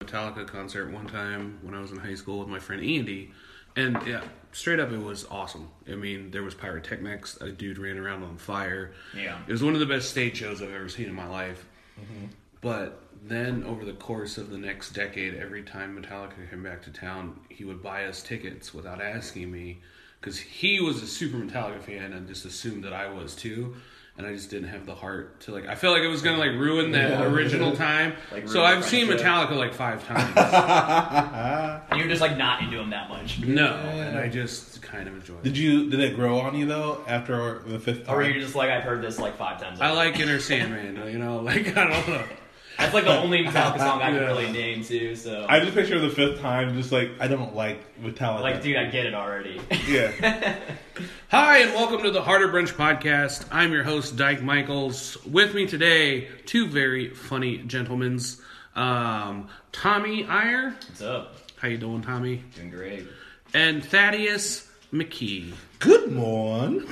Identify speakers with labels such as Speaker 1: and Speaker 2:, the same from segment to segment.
Speaker 1: Metallica concert one time when I was in high school with my friend Andy, and yeah, straight up it was awesome. I mean, there was pyrotechnics. A dude ran around on fire.
Speaker 2: Yeah.
Speaker 1: it was one of the best stage shows I've ever seen in my life. But then over the course of the next decade, every time Metallica came back to town, he would buy us tickets without asking me because he was a super Metallica fan and just assumed that I was too. And I just didn't have the heart to like. I felt like it was gonna like ruin that original time.
Speaker 2: Like,
Speaker 1: so
Speaker 2: ruin
Speaker 1: I've
Speaker 2: the
Speaker 1: seen
Speaker 2: friendship.
Speaker 1: Metallica like five times.
Speaker 2: And you're just like not into him that much.
Speaker 1: no, and I just kind of enjoy. it.
Speaker 3: Did you? Did it grow on you though after the fifth time?
Speaker 2: Or you're just like I've heard this like five times.
Speaker 1: I
Speaker 2: already.
Speaker 1: like Inner Sandman. You know, like I don't know.
Speaker 2: that's like the only Metallica song I can
Speaker 1: Yeah.
Speaker 2: really name too. So
Speaker 3: I just picture the fifth time, just like I don't like Metallica.
Speaker 2: like, dude, I get it already.
Speaker 3: yeah,
Speaker 1: Hi, and welcome to the Harder Brunch Podcast. I'm your host, Dyke Michaels. With me today, two very funny gentlemen's. Um, Tommy Iyer.
Speaker 2: What's up?
Speaker 1: How you doing, Tommy?
Speaker 2: Doing great.
Speaker 1: And Thaddeus McKee.
Speaker 3: good morn.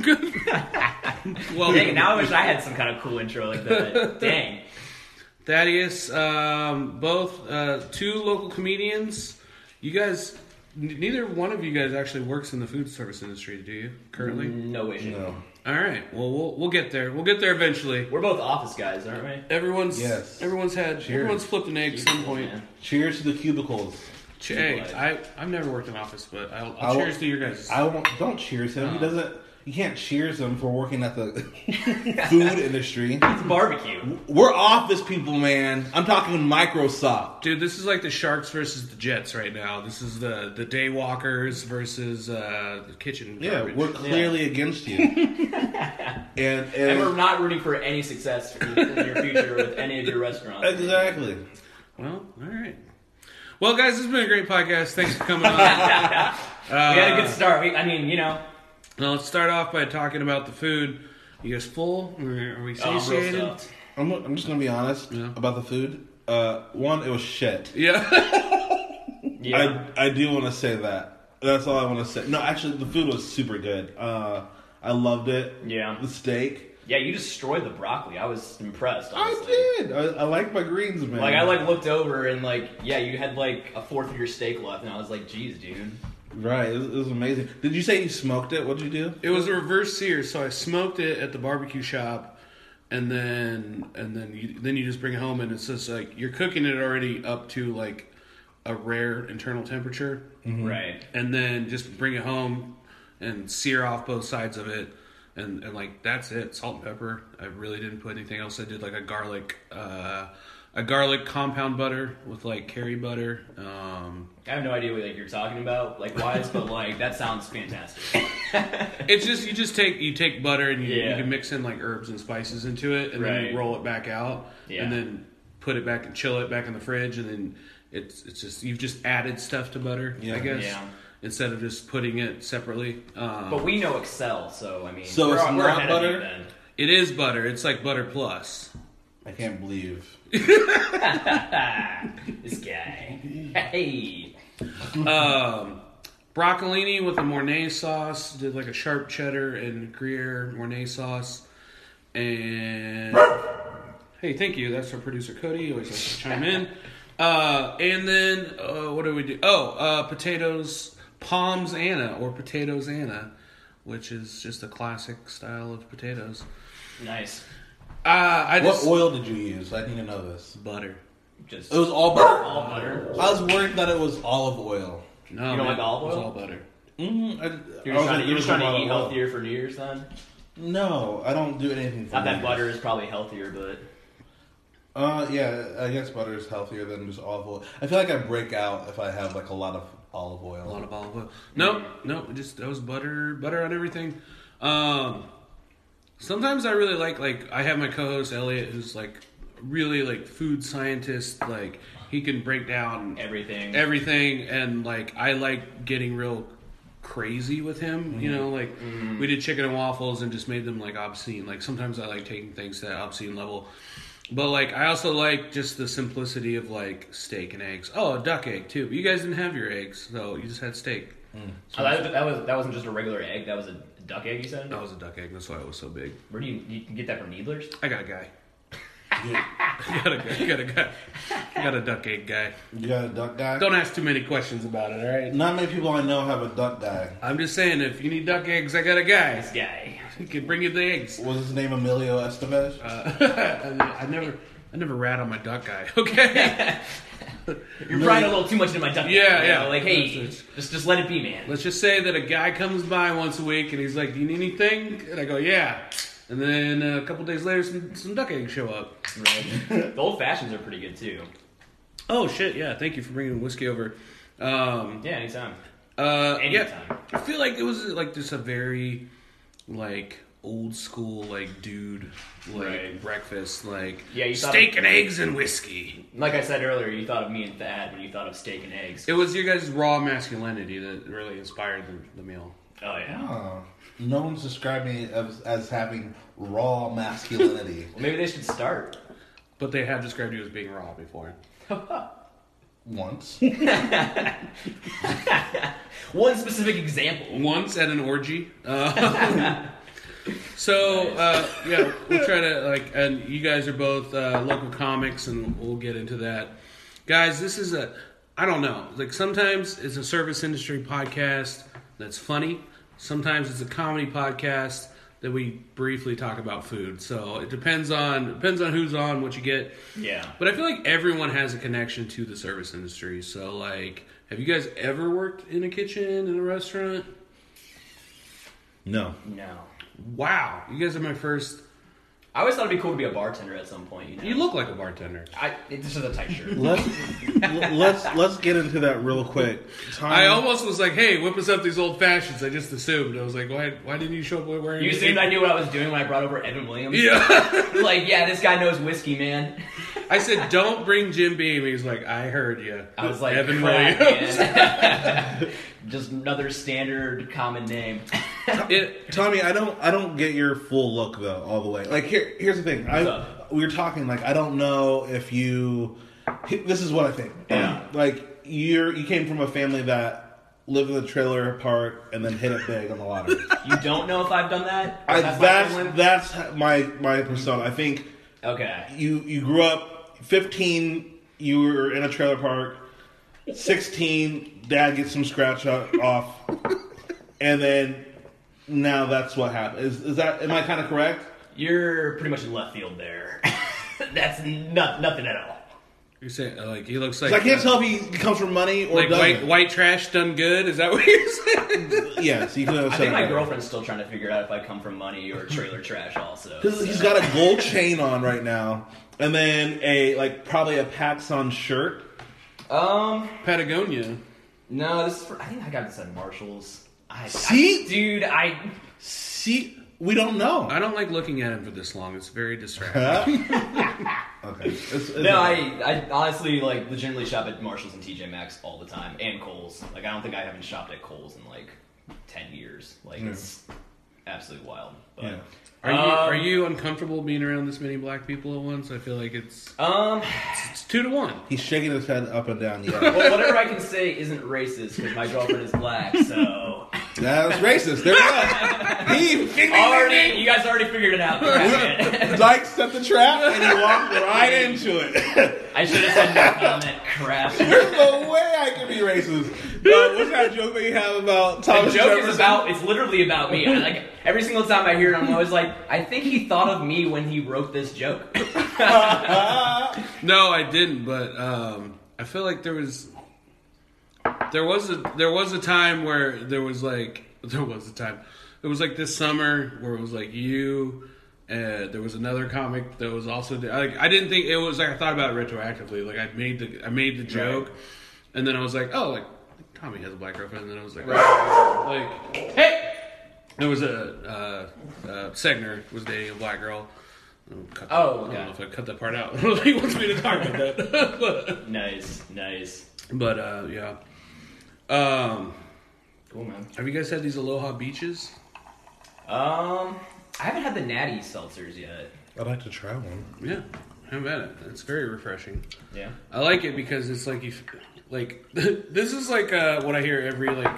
Speaker 1: Well,
Speaker 2: Dang, now I wish I had some kind of cool intro like that. Dang.
Speaker 1: Thaddeus, um, both uh, two local comedians. You guys, n- neither one of you guys actually works in the food service industry, do you? Currently.
Speaker 2: No way.
Speaker 3: No.
Speaker 1: All right. Well, we'll we'll get there. We'll get there eventually.
Speaker 2: We're both office guys, aren't we?
Speaker 1: Everyone's
Speaker 3: Yes.
Speaker 1: everyone's had everyone's flipped an egg at some point.
Speaker 2: Man.
Speaker 3: Cheers to the cubicles.
Speaker 1: Ch- Hey, I I've never worked in office, but I'll, I'll
Speaker 3: I
Speaker 1: Oh, cheers
Speaker 3: won't-
Speaker 1: to your guys.
Speaker 3: I won't. Don't cheers him. He doesn't. You can't cheers him for working at the food industry.
Speaker 2: It's barbecue.
Speaker 3: We're office people, man. I'm talking Microsoft.
Speaker 1: Dude, this is like the Sharks versus the Jets right now. This is the the day walkers versus uh, the kitchen.
Speaker 3: Yeah,
Speaker 1: garbage.
Speaker 3: we're clearly against you. and and,
Speaker 2: And we're not rooting for any success in in your future with any of your restaurants.
Speaker 3: exactly.
Speaker 1: Well, all right. Well, guys, this has been a great podcast. Thanks for coming on. Uh,
Speaker 2: we had a good start. We, I mean, you know,
Speaker 1: now, let's start off by talking about the food. You guys full? Are are we
Speaker 2: oh, I'm real
Speaker 1: satiated?
Speaker 2: stuffed.
Speaker 3: I'm, I'm just gonna be honest
Speaker 1: Yeah.
Speaker 3: about the food. Uh, one, it was shit.
Speaker 1: yeah.
Speaker 2: Yeah.
Speaker 3: I I do want to say that. That's all I want to say. No, actually, the food was super good. Uh, I loved it.
Speaker 2: Yeah.
Speaker 3: the steak.
Speaker 2: yeah, you destroyed the broccoli. I was impressed. Honestly.
Speaker 3: I did. I, I like my greens, man.
Speaker 2: Like I like looked over and like yeah, you had like a fourth of your steak left, and I was like, "Geez, dude."
Speaker 3: Right, it was, it was amazing. Did you say you smoked it? What'd you do?
Speaker 1: It was a reverse sear, so I smoked it at the barbecue shop, and then and then you then you just bring it home, and it's just like you're cooking it already up to like a rare internal temperature,
Speaker 2: Mm-hmm.
Speaker 3: Mm-hmm.
Speaker 2: Right.
Speaker 1: and then just bring it home and sear off both sides of it and, and like that's it salt and pepper i really didn't put anything else i did like a garlic uh, a garlic compound butter with like curry butter um,
Speaker 2: I have no idea what like you're talking about, like wise, but like that sounds fantastic.
Speaker 1: it's just you just take you take butter and you,
Speaker 2: Yeah.
Speaker 1: you can mix in like herbs and spices into it and then
Speaker 2: Right.
Speaker 1: you roll it back out
Speaker 2: Yeah.
Speaker 1: and then put it back and chill it back in the fridge and then it's it's just you've just added stuff to butter
Speaker 3: Yeah.
Speaker 1: i guess
Speaker 2: Yeah.
Speaker 1: instead of just putting it separately um,
Speaker 2: But we know Excel, so I mean,
Speaker 3: So
Speaker 2: we're,
Speaker 3: it's
Speaker 2: we're
Speaker 3: not
Speaker 2: ahead of you
Speaker 3: butter?
Speaker 2: then.
Speaker 1: It is butter. It's like butter plus.
Speaker 3: I can't believe.
Speaker 2: This guy. Hey.
Speaker 1: Um, broccolini with a Mornay sauce. Did like a sharp cheddar and Gruyere Mornay sauce. And hey, thank you. That's our producer Cody. He Always likes to chime in. Uh, and then uh, what do we do? Oh, uh, potatoes, palms Anna or potatoes Anna, which is just a classic style of potatoes.
Speaker 2: Nice.
Speaker 1: Uh, I
Speaker 3: What
Speaker 1: just
Speaker 3: oil did you use? I need to know this.
Speaker 1: butter.
Speaker 2: Just
Speaker 3: It was all butter.
Speaker 2: all butter.
Speaker 3: I was worried that it was olive oil.
Speaker 1: No,
Speaker 2: You
Speaker 1: man,
Speaker 2: don't like olive
Speaker 1: It's
Speaker 2: oil?
Speaker 1: all butter.
Speaker 3: Mm, I,
Speaker 2: You're just trying
Speaker 3: I was like,
Speaker 2: to, you're
Speaker 3: there's
Speaker 2: just trying
Speaker 3: no
Speaker 2: to eat
Speaker 3: olive oil.
Speaker 2: healthier for New Year's then?
Speaker 3: No, I don't do anything. For
Speaker 2: Not that
Speaker 3: me.
Speaker 2: butter is probably healthier, but
Speaker 3: Uh, yeah, I guess butter is healthier than just olive oil. I feel like I break out if I have like a lot of olive oil.
Speaker 1: A lot of olive oil. No, no, just that was butter, butter on everything. Um, sometimes I really like like I have my co-host Elliot, who's like really like food scientist. Like he can break down
Speaker 2: everything.
Speaker 1: everything, and like I like getting real crazy with him. You know, like we did chicken and waffles and just made them like obscene. Like sometimes I like taking things to that obscene level. But like I also like just the simplicity of like steak and eggs. Oh, a duck egg too. But you guys didn't have your eggs, so you just had steak.
Speaker 2: Oh, that, that was that wasn't just a regular egg. That was a duck egg. You said.
Speaker 1: That was a duck egg. That's why it was so big.
Speaker 2: Where do you you can get that from Needlers?
Speaker 1: I got a guy. You got a guy, got a guy, you got a duck egg guy.
Speaker 3: You got a duck guy?
Speaker 1: Don't ask too many questions about it. All right.
Speaker 3: Not many people I know have a duck guy.
Speaker 1: I'm just saying, if you need duck eggs, I got a guy.
Speaker 2: This guy.
Speaker 1: He can bring you the eggs.
Speaker 3: Was his name Emilio Estevez?
Speaker 1: Uh, I never, I never rat on my duck guy. Okay.
Speaker 2: You're prying a little too much into my duck.
Speaker 1: Yeah,
Speaker 2: you
Speaker 1: yeah.
Speaker 2: know, Like, hey,
Speaker 1: That's
Speaker 2: just just let it be, man.
Speaker 1: Let's just say that a guy comes by once a week and he's like, "Do you need anything?" And I go, "Yeah." And then uh, a couple days later, some, some duck eggs show up.
Speaker 2: Right. the old fashions are pretty good too.
Speaker 1: Oh shit! Yeah, thank you for bringing whiskey over. Um,
Speaker 2: Yeah, anytime.
Speaker 1: uh, yeah,
Speaker 2: Anytime.
Speaker 1: I feel like it was like just a very like old school like dude like
Speaker 2: Right.
Speaker 1: breakfast like
Speaker 2: Yeah, you thought
Speaker 1: steak
Speaker 2: of-
Speaker 1: and eggs and whiskey.
Speaker 2: Like I said earlier, you thought of me and Thad when you thought of steak and eggs.
Speaker 1: It was your guys' raw masculinity that really inspired the, the meal.
Speaker 2: Oh yeah.
Speaker 3: Oh, no one's described me as, as having raw masculinity.
Speaker 2: Well, maybe they should start.
Speaker 1: But they have described you as being raw before.
Speaker 3: Once.
Speaker 2: One specific example.
Speaker 1: once at an orgy. Uh, so uh, yeah, we'll try to like, and you guys are both uh, local comics, and we'll get into that, guys. This is a, I don't know, like sometimes it's a service industry podcast that's funny. Sometimes it's a comedy podcast that we briefly talk about food. So it depends on depends on who's on, what you get.
Speaker 2: Yeah.
Speaker 1: But I feel like everyone has a connection to the service industry. So like, have you guys ever worked in a kitchen in a restaurant?
Speaker 3: No.
Speaker 2: No.
Speaker 1: Wow, you guys are my first.
Speaker 2: I always thought it'd be cool to be a bartender at some point. You, know?
Speaker 1: You look like a bartender.
Speaker 2: I, it, this is a tight shirt.
Speaker 3: Let's let's let's get into that real quick. Time,
Speaker 1: I
Speaker 2: Um,
Speaker 1: almost was like, "Hey, whip us up these old fashions." I just assumed. I was like, "Why? Why didn't you show up wearing?"
Speaker 2: You assumed I knew what I was doing when I brought over Evan Williams.
Speaker 1: Yeah,
Speaker 2: like, yeah, this guy knows whiskey, man.
Speaker 1: I said, "Don't bring Jim Beam." He's like, "I heard you."
Speaker 2: I was like,
Speaker 1: Evan
Speaker 2: crap,
Speaker 1: Williams.
Speaker 2: man. Just another standard common name.
Speaker 1: It,
Speaker 3: Tommy, I don't I don't get your full look though all the way. Like here here's the thing. I
Speaker 2: up?
Speaker 3: we were talking like I don't know if you this is what I think.
Speaker 2: Yeah.
Speaker 3: Like you're you came from a family that lived in a trailer park and then hit it big on the lottery.
Speaker 2: You don't know if I've done that?
Speaker 3: I,
Speaker 2: That's my
Speaker 3: that's
Speaker 2: family?
Speaker 3: that's my my persona. I think
Speaker 2: okay.
Speaker 3: you you grew up 15 you were in a trailer park 16 dad gets some scratch o- off and then now that's what happened is, is that am i kind of correct
Speaker 2: You're pretty much in left field there. that's not, nothing at all.
Speaker 1: you say like he looks like uh,
Speaker 3: 'Cause i can't tell if he comes from money or
Speaker 1: like white
Speaker 3: doesn't.
Speaker 1: white trash done good. Is that what you're saying?
Speaker 3: yes you can
Speaker 2: I think my girlfriend's still trying to figure out if I come from money or trailer trash also.
Speaker 3: he's got a gold chain on right now and then a like probably a paxson shirt
Speaker 2: Um,
Speaker 1: Patagonia.
Speaker 2: no, this is for, I think I got this at Marshall's. I,
Speaker 3: See?
Speaker 2: I- dude, I,
Speaker 3: see we don't know
Speaker 1: I don't like looking at him for this long. It's very distracting.
Speaker 3: Huh? okay It's- it's
Speaker 2: no, I,
Speaker 3: okay.
Speaker 2: I honestly, like, legitimately shop at Marshall's and TJ Maxx all the time, and Kohl's. Like, I don't think I haven't shopped at Kohl's in, like, 10 years. Like,
Speaker 3: Yeah.
Speaker 2: it's absolutely wild. But,
Speaker 3: Yeah.
Speaker 1: Are you
Speaker 2: Um,
Speaker 1: are you uncomfortable being around this many black people at once? I feel like it's
Speaker 2: Um,
Speaker 1: it's two to one.
Speaker 3: he's shaking his head up and down yeah
Speaker 2: well, whatever I can say isn't racist because my girlfriend is black, so.
Speaker 3: That's racist. There we go. He
Speaker 2: already, you guys already figured it out. Crap it.
Speaker 3: Dyke set the trap and he walked right into it.
Speaker 2: I should have said no comment. Crap.
Speaker 3: There's no way I can be racist. Uh, what's that joke that you have about
Speaker 2: The
Speaker 3: Thomas
Speaker 2: joke
Speaker 3: Jefferson?
Speaker 2: is about, it's literally about me. I, like, every single time I hear it, I'm always like, I think he thought of me when he wrote this joke.
Speaker 3: Ah,
Speaker 1: No, I didn't. But um, I feel like there was there was a there was a time where there was like there was a time it was like this summer where it was like you. Uh, there was another comic that was also like I didn't think it was like I thought about it retroactively. Like I made the I made the joke, and then I was like, oh, like Tommy has a black girlfriend. And then I was like, like hey, there was a uh, uh, Segner was dating a black girl. Cut that- I
Speaker 2: Oh, okay.
Speaker 1: don't know if I cut that part out. he wants me to talk about that. but,
Speaker 2: nice, nice.
Speaker 1: but uh, yeah. Um,
Speaker 2: Cool, man.
Speaker 1: have you guys had these Aloha beaches?
Speaker 2: Um, I haven't had the natty seltzers yet.
Speaker 3: I'd like to try one.
Speaker 1: Yeah, haven't had it. It's very refreshing.
Speaker 2: Yeah.
Speaker 1: I like it because it's like you, f- like this is like uh, what I hear every like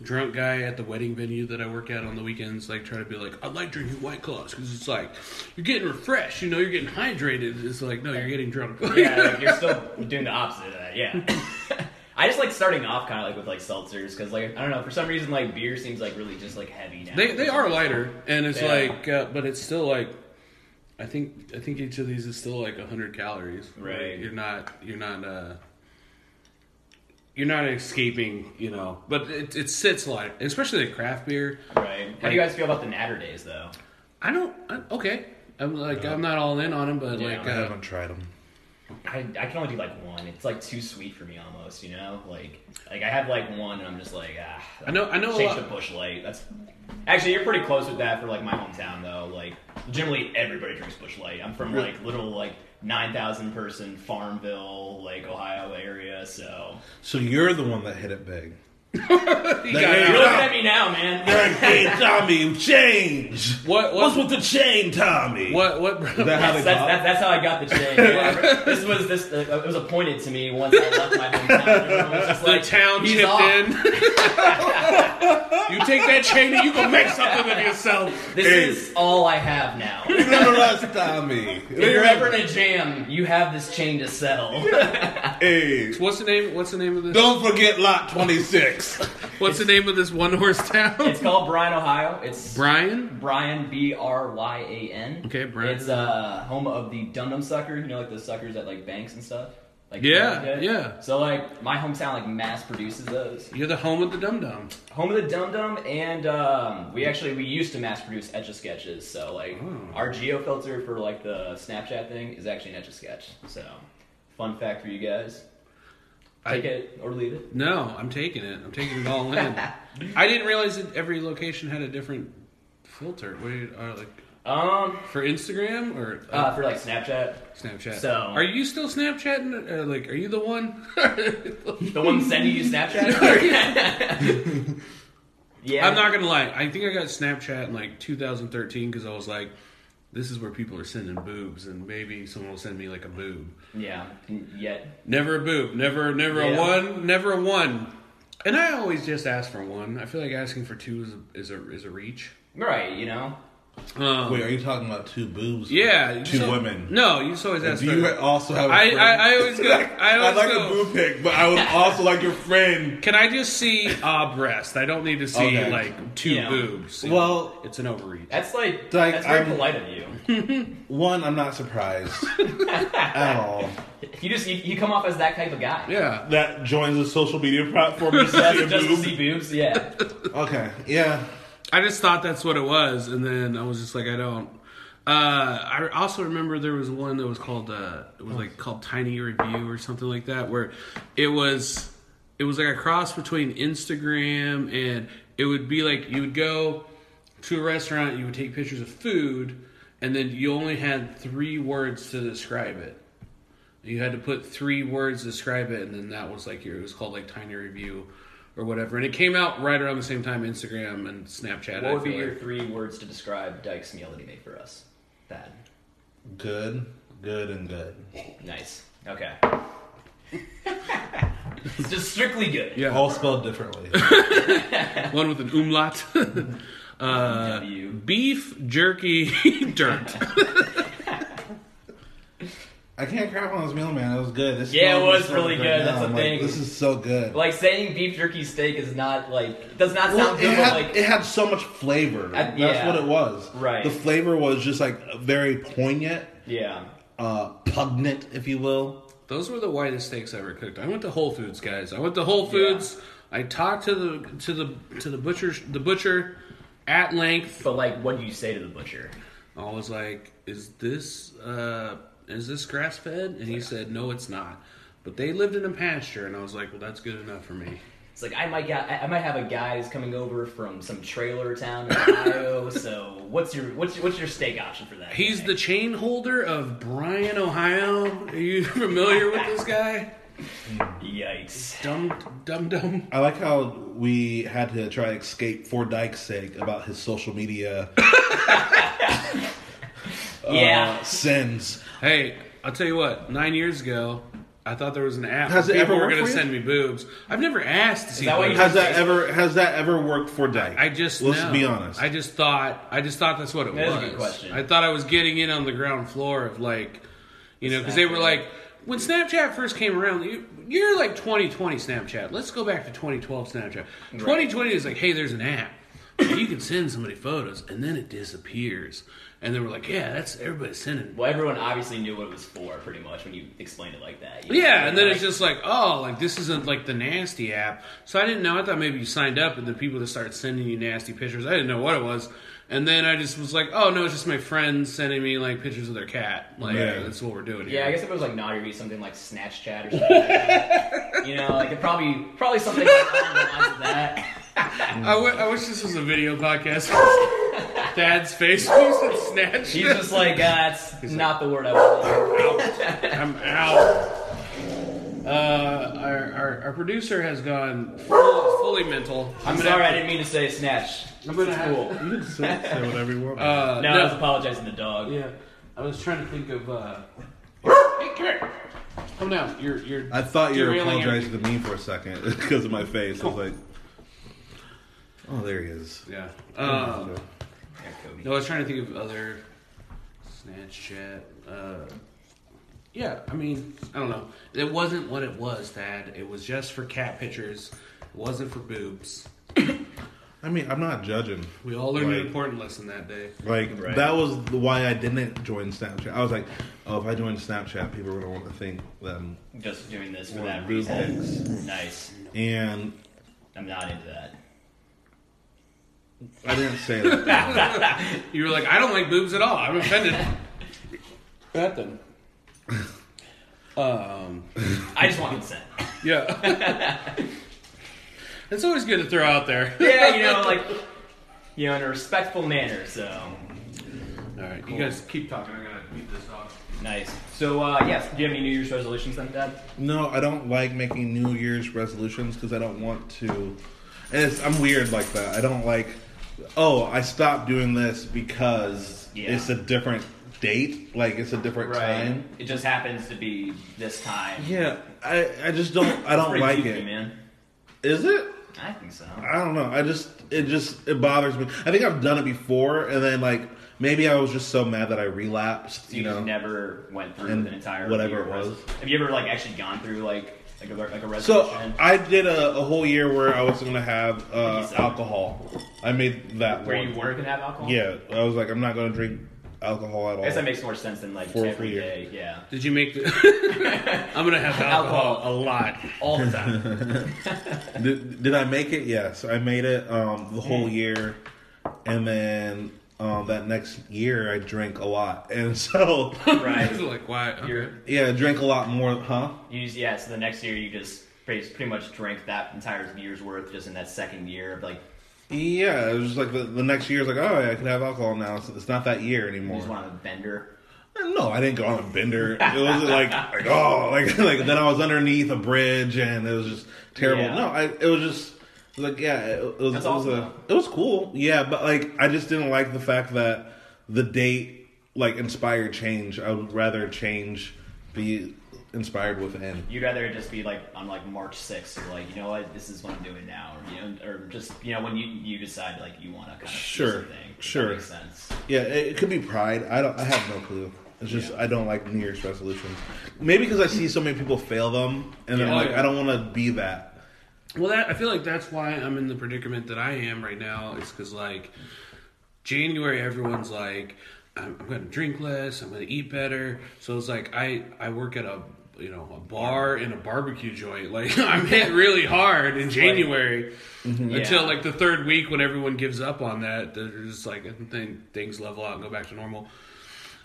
Speaker 1: drunk guy at the wedding venue that I work at on the weekends, like try to be like, I like drinking White Claws because it's like you're getting refreshed, you know, you're getting hydrated. It's like no, you're getting drunk.
Speaker 2: yeah, like you're still doing the opposite of that. Yeah. I just like starting off kind of like with like seltzers because like I don't know for some reason like beer seems like really just like heavy now.
Speaker 1: They they are lighter, and it's
Speaker 2: Yeah.
Speaker 1: like, uh, but it's still like, I think I think each of these is still like hundred calories.
Speaker 2: Right.
Speaker 1: Like, you're not you're not uh, you're not escaping, you know. But it it sits light, especially the craft beer.
Speaker 2: Right. How do you guys feel about the Natter Days though?
Speaker 1: I don't I, okay. I'm like I'm not all in on them, but
Speaker 2: Yeah,
Speaker 1: like
Speaker 2: I
Speaker 1: uh,
Speaker 3: haven't tried them.
Speaker 2: I, I can only do like one. It's like too sweet for me almost. You know, like like I have like one and I'm just like ah.
Speaker 1: I know- I know a
Speaker 2: Change
Speaker 1: lot-
Speaker 2: the bush light. That's actually you're pretty close with that for like my hometown though. Like generally everybody drinks bush light. I'm from
Speaker 3: Really?
Speaker 2: like little like nine thousand person Farmville like Ohio area. So
Speaker 3: So you're the one that hit it big.
Speaker 1: you got
Speaker 3: Like, hey,
Speaker 2: you're
Speaker 1: out.
Speaker 2: looking at me now, man.
Speaker 3: Like, hey, Tommy, change.
Speaker 1: What- what-
Speaker 3: What's with the chain, Tommy?
Speaker 1: what what
Speaker 3: Is that how they
Speaker 2: That's, that's,
Speaker 3: talk?
Speaker 2: that's, that's how I got the change. Yeah. this was this uh, it was appointed to me once I left my hometown. Everyone was just
Speaker 1: the
Speaker 2: like,
Speaker 1: town
Speaker 2: "He's
Speaker 1: chipped
Speaker 2: off."
Speaker 1: in? you take that chain and you go make something of yourself.
Speaker 2: This
Speaker 3: Hey.
Speaker 2: is all I have now.
Speaker 3: Remember us, Tommy.
Speaker 2: If you're ever in a jam, you have this chain to sell.
Speaker 3: Hey,
Speaker 1: What's the name? What's the name of this?
Speaker 3: don't forget lot 26.
Speaker 1: What's the name of this one horse town?
Speaker 2: it's called Bryan, Ohio. It's
Speaker 1: Brian.
Speaker 2: Bryan B R Y A N.
Speaker 1: Okay, Bryan.
Speaker 2: It's uh home of the Dundum sucker. You know, like the suckers at like banks and stuff. Like
Speaker 1: Yeah,
Speaker 2: Dundum did.
Speaker 1: yeah.
Speaker 2: So like my hometown like mass produces those.
Speaker 1: You're the home of the dum dum.
Speaker 2: Home of the Dum Dum, and um, we actually we used to mass produce etch a sketches. So like
Speaker 1: Hmm.
Speaker 2: our geo filter for like the Snapchat thing is actually an etch a sketch. So fun fact for you guys.
Speaker 1: I-
Speaker 2: Take it or leave it.
Speaker 1: No, I'm taking it. I'm taking it all in. I didn't realize that every location had a different filter. Wait, are like
Speaker 2: Um,
Speaker 1: for Instagram or uh,
Speaker 2: uh, for like Snapchat,
Speaker 1: Snapchat?
Speaker 2: so-
Speaker 1: are you still Snapchatting? Or like, are you the one?
Speaker 2: the one sending you Snapchat. yeah,
Speaker 1: I'm not gonna lie. I think I got Snapchat in like 2013 because I was like, this is where people are sending boobs, and maybe someone will send me like a boob.
Speaker 2: Yeah, and yet
Speaker 1: Never a boob. Never, never
Speaker 2: Yeah.
Speaker 1: a one. Never a one. And I always just ask for one. I feel like asking for two is a is a, is a reach.
Speaker 2: right, you know.
Speaker 1: Um,
Speaker 3: Wait, are you talking about two boobs? or
Speaker 1: yeah, you
Speaker 3: Two
Speaker 1: just al-
Speaker 3: women. Uh,
Speaker 1: No, you just always ask.
Speaker 3: Do
Speaker 1: for-
Speaker 3: you also have a
Speaker 1: I-
Speaker 3: friend?
Speaker 1: I- I always go- I always
Speaker 3: would like
Speaker 1: go-
Speaker 3: a boob pic, but I would also like your friend.
Speaker 1: Can I just see a breast? I don't need to see
Speaker 3: Okay.
Speaker 1: like two
Speaker 2: Yeah.
Speaker 1: boobs.
Speaker 3: Well-
Speaker 1: it's an overreach.
Speaker 2: That's like,
Speaker 3: Like,
Speaker 2: that's very
Speaker 3: I'm-
Speaker 2: polite of you.
Speaker 3: One, I'm not surprised at all.
Speaker 2: You just you, you come off as that type of guy.
Speaker 1: Yeah.
Speaker 3: That joins a social media platform. just to
Speaker 2: Just,
Speaker 3: see a
Speaker 2: just to
Speaker 3: boob.
Speaker 2: see boobs, yeah.
Speaker 3: Okay, yeah.
Speaker 1: I just thought that's what it was, and then I was just like, I don't. Uh, I also remember there was one that was called uh, it was like called Tiny Review or something like that, where it was it was like a cross between Instagram and it would be like you would go to a restaurant, you would take pictures of food, and then you only had three words to describe it. You had to put three words to describe it, and then that was like your. It was called like Tiny Review, or whatever. And it came out right around the same time Instagram and Snapchat.
Speaker 2: What
Speaker 1: I
Speaker 2: would be
Speaker 1: feel
Speaker 2: your
Speaker 1: like.
Speaker 2: three words to describe Dyke's meal that he made for us? That
Speaker 3: Good, good, and good.
Speaker 2: nice. Okay. it's just strictly good.
Speaker 1: Yeah.
Speaker 3: All spelled differently.
Speaker 1: One with an umlaut. uh,
Speaker 2: W.
Speaker 1: beef jerky dirt.
Speaker 3: I can't crap on this meal, man. It was good. This
Speaker 2: Yeah, it
Speaker 3: smells
Speaker 2: was
Speaker 3: so
Speaker 2: really good. That's
Speaker 3: now.
Speaker 2: the
Speaker 3: I'm
Speaker 2: thing.
Speaker 3: Like, this is so good.
Speaker 2: Like saying beef jerky steak is not like it does not
Speaker 3: Well,
Speaker 2: sound
Speaker 3: it,
Speaker 2: good. but
Speaker 3: had,
Speaker 2: like
Speaker 3: it had so much flavor.
Speaker 2: I-
Speaker 3: That's
Speaker 2: yeah.
Speaker 3: what it was.
Speaker 2: Right.
Speaker 3: The flavor was just like very poignant,
Speaker 2: yeah.
Speaker 3: uh, pugnant, if you will.
Speaker 1: Those were the whitest steaks I ever cooked. I went to Whole Foods, guys. I went to Whole Foods. I talked to the to the to the butcher the butcher at length.
Speaker 2: But like, what do you say to the butcher?
Speaker 1: I was like, "Is this uh, is this grass fed?" And he said, "No, it's not." But they lived in a pasture, and I was like, "Well, that's good enough for me."
Speaker 2: It's like I might got, I I might have a guy who's coming over from some trailer town in Ohio. so what's your what's your, what's your steak option for that?
Speaker 1: He's
Speaker 2: guy?
Speaker 1: the chain holder of Bryan, Ohio. Are you familiar with this guy?
Speaker 2: yikes.
Speaker 1: Dum dum dum.
Speaker 3: I like how we had to try to escape for Dyke's sake about his social media uh,
Speaker 2: yeah,
Speaker 3: sins.
Speaker 1: Uh,
Speaker 3: uh,
Speaker 1: Hey, I'll tell you what. Nine years ago, I thought there was an app.
Speaker 3: Has
Speaker 1: where
Speaker 3: it ever
Speaker 1: people were
Speaker 3: worked
Speaker 1: gonna
Speaker 3: for you?
Speaker 1: send me boobs. I've never asked to see
Speaker 2: that what you-
Speaker 1: boobs.
Speaker 3: Has that ever has that ever worked for Dyke?
Speaker 1: I just
Speaker 3: let's
Speaker 1: no.
Speaker 3: be honest.
Speaker 1: I just thought I just thought that's what it
Speaker 2: That
Speaker 1: was.
Speaker 2: is a good question.
Speaker 1: I thought I was getting in on the ground floor of like, you know, because they were
Speaker 2: Snapchat.
Speaker 1: like when Snapchat first came around. You, you're like 2020 Snapchat. Let's go back to 2012 Snapchat. 2020 is like, hey, there's an app. you can send somebody photos, and then it disappears. And they were like, yeah, that's everybody's sending.
Speaker 2: Well, everyone obviously knew what it was for, pretty much, when you explained it like that. you know?
Speaker 1: Yeah, and then it's
Speaker 2: Like,
Speaker 1: just like, oh, like this isn't like the nasty app. So I didn't know. I thought maybe you signed up and then people just started sending you nasty pictures. I didn't know what it was. And then I just was like, oh no, it's just my friends sending me like pictures of their cat. Like
Speaker 3: Yeah.
Speaker 1: that's what we're doing.
Speaker 2: Yeah, I
Speaker 1: here.
Speaker 2: guess if it was like naughty, it'd be something like Snatch Chat or something. like that. You know, like it probably probably something along the lines of that.
Speaker 1: I, w- I wish this was a video podcast. Dad's face was in snatch.
Speaker 2: He's just like, uh, it's not the word I want.
Speaker 1: I'm out. Uh, our, our, our producer has gone full, fully mental.
Speaker 2: I'm
Speaker 1: gonna
Speaker 2: sorry, I
Speaker 1: have
Speaker 2: didn't mean to say Snatch.
Speaker 1: I'm gonna
Speaker 2: It's
Speaker 1: have-
Speaker 2: cool.
Speaker 3: you can say, say whatever you want.
Speaker 1: to- uh,
Speaker 2: No, I was apologizing to the dog.
Speaker 1: Yeah, I was trying to think of. Uh... Hey, come here. Come down. You're you're.
Speaker 3: I thought you were
Speaker 1: derailing
Speaker 3: apologizing to me for a second because of my face. I was like, oh, there he is.
Speaker 1: everything. Yeah. Um,
Speaker 2: Yeah, Kobe.
Speaker 1: no, I was trying to think of other Snapchat. Uh, yeah, I mean, I don't know. It wasn't what it was, Dad. It was just for cat pictures. It wasn't for boobs.
Speaker 3: I mean, I'm not judging.
Speaker 1: We all learned an
Speaker 3: Right.
Speaker 1: important lesson that day.
Speaker 3: Like
Speaker 2: Right.
Speaker 3: that was why I didn't join Snapchat. I was like, oh, if I join Snapchat, people are gonna want to think them.
Speaker 2: Just doing this for
Speaker 3: Well,
Speaker 2: that
Speaker 3: boot
Speaker 2: reason. Nice.
Speaker 3: And
Speaker 2: I'm not into that.
Speaker 3: I didn't say that.
Speaker 1: You were like, I don't like boobs at all. I'm offended. that then. Um.
Speaker 2: I just want consent.
Speaker 1: Yeah. It's always good to throw out there.
Speaker 2: yeah, you know, like, you know, in a respectful manner. So
Speaker 1: All right, you guys keep talking. I gotta beat this off.
Speaker 2: nice. So uh, yes, do you have any New Year's resolutions then, Dad?
Speaker 3: no, I don't like making New Year's resolutions because I don't want to. And it's, I'm weird like that. I don't like. Oh, I stopped doing this because
Speaker 2: Yeah.
Speaker 3: it's a different date. Like it's a different time.
Speaker 2: It just happens to be this time.
Speaker 3: Yeah, I, I just don't I don't
Speaker 2: Pretty
Speaker 3: like
Speaker 2: goofy,
Speaker 3: it.
Speaker 2: man.
Speaker 3: Is it?
Speaker 2: I think so.
Speaker 3: I don't know. I just it just it bothers me. I think I've done it before, and then like maybe I was just so mad that I relapsed.
Speaker 2: So
Speaker 3: You
Speaker 2: you just
Speaker 3: know.
Speaker 2: never went through
Speaker 3: And
Speaker 2: an entire
Speaker 3: whatever
Speaker 2: year
Speaker 3: it
Speaker 2: res-
Speaker 3: was.
Speaker 2: Have you ever like actually gone through like like a like a
Speaker 3: So
Speaker 2: resolution?
Speaker 3: I did a, a whole year where I wasn't gonna have uh,
Speaker 2: Yes.
Speaker 3: alcohol. I made that
Speaker 2: where
Speaker 3: one.
Speaker 2: you weren't gonna have alcohol?
Speaker 3: Yeah, I was like, I'm not gonna drink alcohol at all.
Speaker 2: I guess that makes more sense than like
Speaker 3: For a
Speaker 2: every
Speaker 3: year.
Speaker 2: day. Yeah.
Speaker 1: Did you make the? I'm gonna have alcohol, a lot.
Speaker 2: All the time.
Speaker 3: did, did I make it? Yes, I made it um, the whole
Speaker 2: Mm.
Speaker 3: year, and then um, that next year I drank a lot, and so
Speaker 2: right.
Speaker 1: like why? okay.
Speaker 2: You're
Speaker 3: yeah, I drank a lot more, huh?
Speaker 2: you just, yeah, so the next year you just pretty, pretty much drank that entire year's worth just in that second year of like
Speaker 3: Yeah, it was just like the, the next year. It's like, oh, I can have alcohol now. It's, it's not that year
Speaker 2: you
Speaker 3: anymore.
Speaker 2: just want a bender.
Speaker 3: No, I didn't go on a bender. It wasn't like, like oh, like like then I was underneath a bridge and it was just terrible.
Speaker 2: Yeah.
Speaker 3: No, I it was just it was like yeah, it, it was
Speaker 2: That's
Speaker 3: it was,
Speaker 2: awesome,
Speaker 3: a, it was cool. Yeah, but like I just didn't like the fact that the date like inspired change. I would rather change be inspired within.
Speaker 2: You'd rather it just be like on like March sixth, or like you know what, this is what I'm doing now, or you know, or just you know when you you decide like you want to kind of
Speaker 3: Sure,
Speaker 2: do something. If
Speaker 3: sure.
Speaker 2: that makes sense.
Speaker 3: Yeah, it, it could be pride. I don't. I have no clue. It's just I don't like New Year's resolutions. Maybe because I see so many people fail them, and then
Speaker 1: Yeah.
Speaker 3: like I don't want to be that.
Speaker 1: Well, that I feel like that's why I'm in the predicament that I am right now. It's because like January, everyone's like, I'm, I'm going to drink less, I'm going to eat better. So it's like I I work at a you know a bar and a barbecue joint. Like I'm hit really hard in January until
Speaker 2: Mm-hmm. Yeah.
Speaker 1: like the third week when everyone gives up on that. They're just like and then things level out and go back to normal.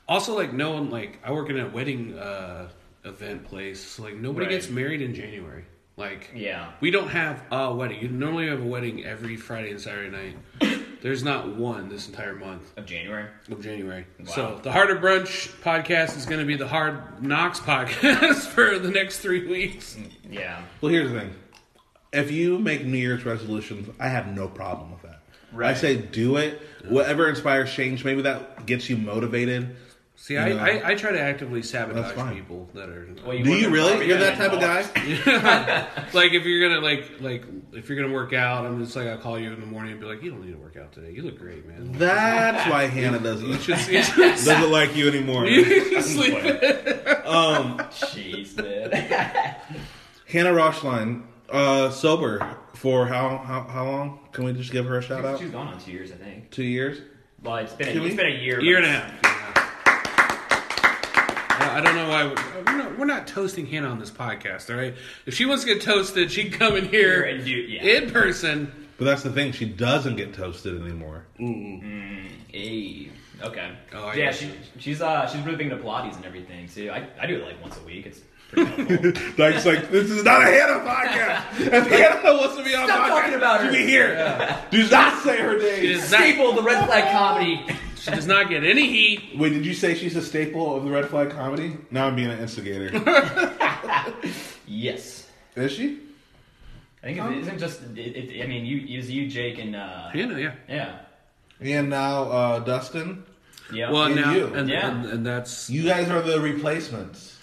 Speaker 1: Also, like no one like I work in a wedding uh, event place. So, like nobody
Speaker 2: Right.
Speaker 1: gets married in January. Like
Speaker 2: Yeah.
Speaker 1: we don't have a wedding. You normally have a wedding every Friday and Saturday night. There's not one this entire month
Speaker 2: Of January.
Speaker 1: of January.
Speaker 2: Wow.
Speaker 1: So the Harder Brunch podcast is going to be the Hard Knocks podcast for the next three weeks.
Speaker 2: Yeah.
Speaker 3: Well, here's the thing: if you make New Year's resolutions, I have no problem with that. I
Speaker 2: Right.
Speaker 3: say do it. Whatever inspires change, maybe that gets you motivated.
Speaker 1: See, I,
Speaker 3: No.
Speaker 1: I, I try to actively sabotage
Speaker 3: That's fine.
Speaker 1: people that are
Speaker 2: Well,
Speaker 3: Do
Speaker 2: work
Speaker 3: you
Speaker 2: in
Speaker 3: really?
Speaker 2: Barbie
Speaker 3: You're that
Speaker 2: Land,
Speaker 3: type
Speaker 2: Walt.
Speaker 3: of guy?
Speaker 1: like if you're gonna like like if you're gonna work out, I'm just like I'll call you in the morning and be like, you don't need to work out today. You look great, man.
Speaker 3: That's why Hannah doesn't
Speaker 1: You should, you should-
Speaker 3: doesn't like you anymore.
Speaker 1: you should sleep.
Speaker 3: Um,
Speaker 2: Jeez, man.
Speaker 3: Hannah Rochline, uh, sober for how, how how long? Can we just give her a shout out?
Speaker 2: She's gone on two years, I think.
Speaker 3: Two years.
Speaker 2: Well, it's been
Speaker 3: Can
Speaker 2: a,
Speaker 3: we-
Speaker 2: it's been a year.
Speaker 1: A year
Speaker 2: but
Speaker 1: and a half. Yeah. I I don't know why we're, we're, not, we're not toasting Hannah on this podcast. All right, if she wants to get toasted, she can come in here
Speaker 2: Here and do, yeah.
Speaker 1: in person.
Speaker 3: But that's the thing; she doesn't get toasted anymore.
Speaker 2: Hey. Okay.
Speaker 1: Oh, I
Speaker 2: yeah,
Speaker 1: got
Speaker 2: she,
Speaker 1: you.
Speaker 2: she's uh she's really big into Pilates and everything too. I, I do it like once a week. It's pretty helpful.
Speaker 3: Like, it's like this is not a Hannah podcast. If Hannah wants to be on
Speaker 2: Stop
Speaker 3: podcast,
Speaker 2: talking about her.
Speaker 3: she be here. Do not say her
Speaker 1: She
Speaker 3: name.
Speaker 1: does not.
Speaker 2: Staple the red flag comedy.
Speaker 1: She does not get any heat.
Speaker 3: Wait, did you say she's a staple of the red flag comedy? Now I'm being an instigator.
Speaker 2: Yes.
Speaker 3: is she?
Speaker 2: I think it isn't just. It, it, I mean, you it was you, Jake, and uh,
Speaker 1: Hannah, yeah.
Speaker 2: yeah,
Speaker 3: And now uh, Dustin,
Speaker 2: yeah.
Speaker 1: Well,
Speaker 3: And
Speaker 1: now
Speaker 3: you.
Speaker 1: and,
Speaker 2: Yeah.
Speaker 1: and and that's
Speaker 3: you guys are the replacements.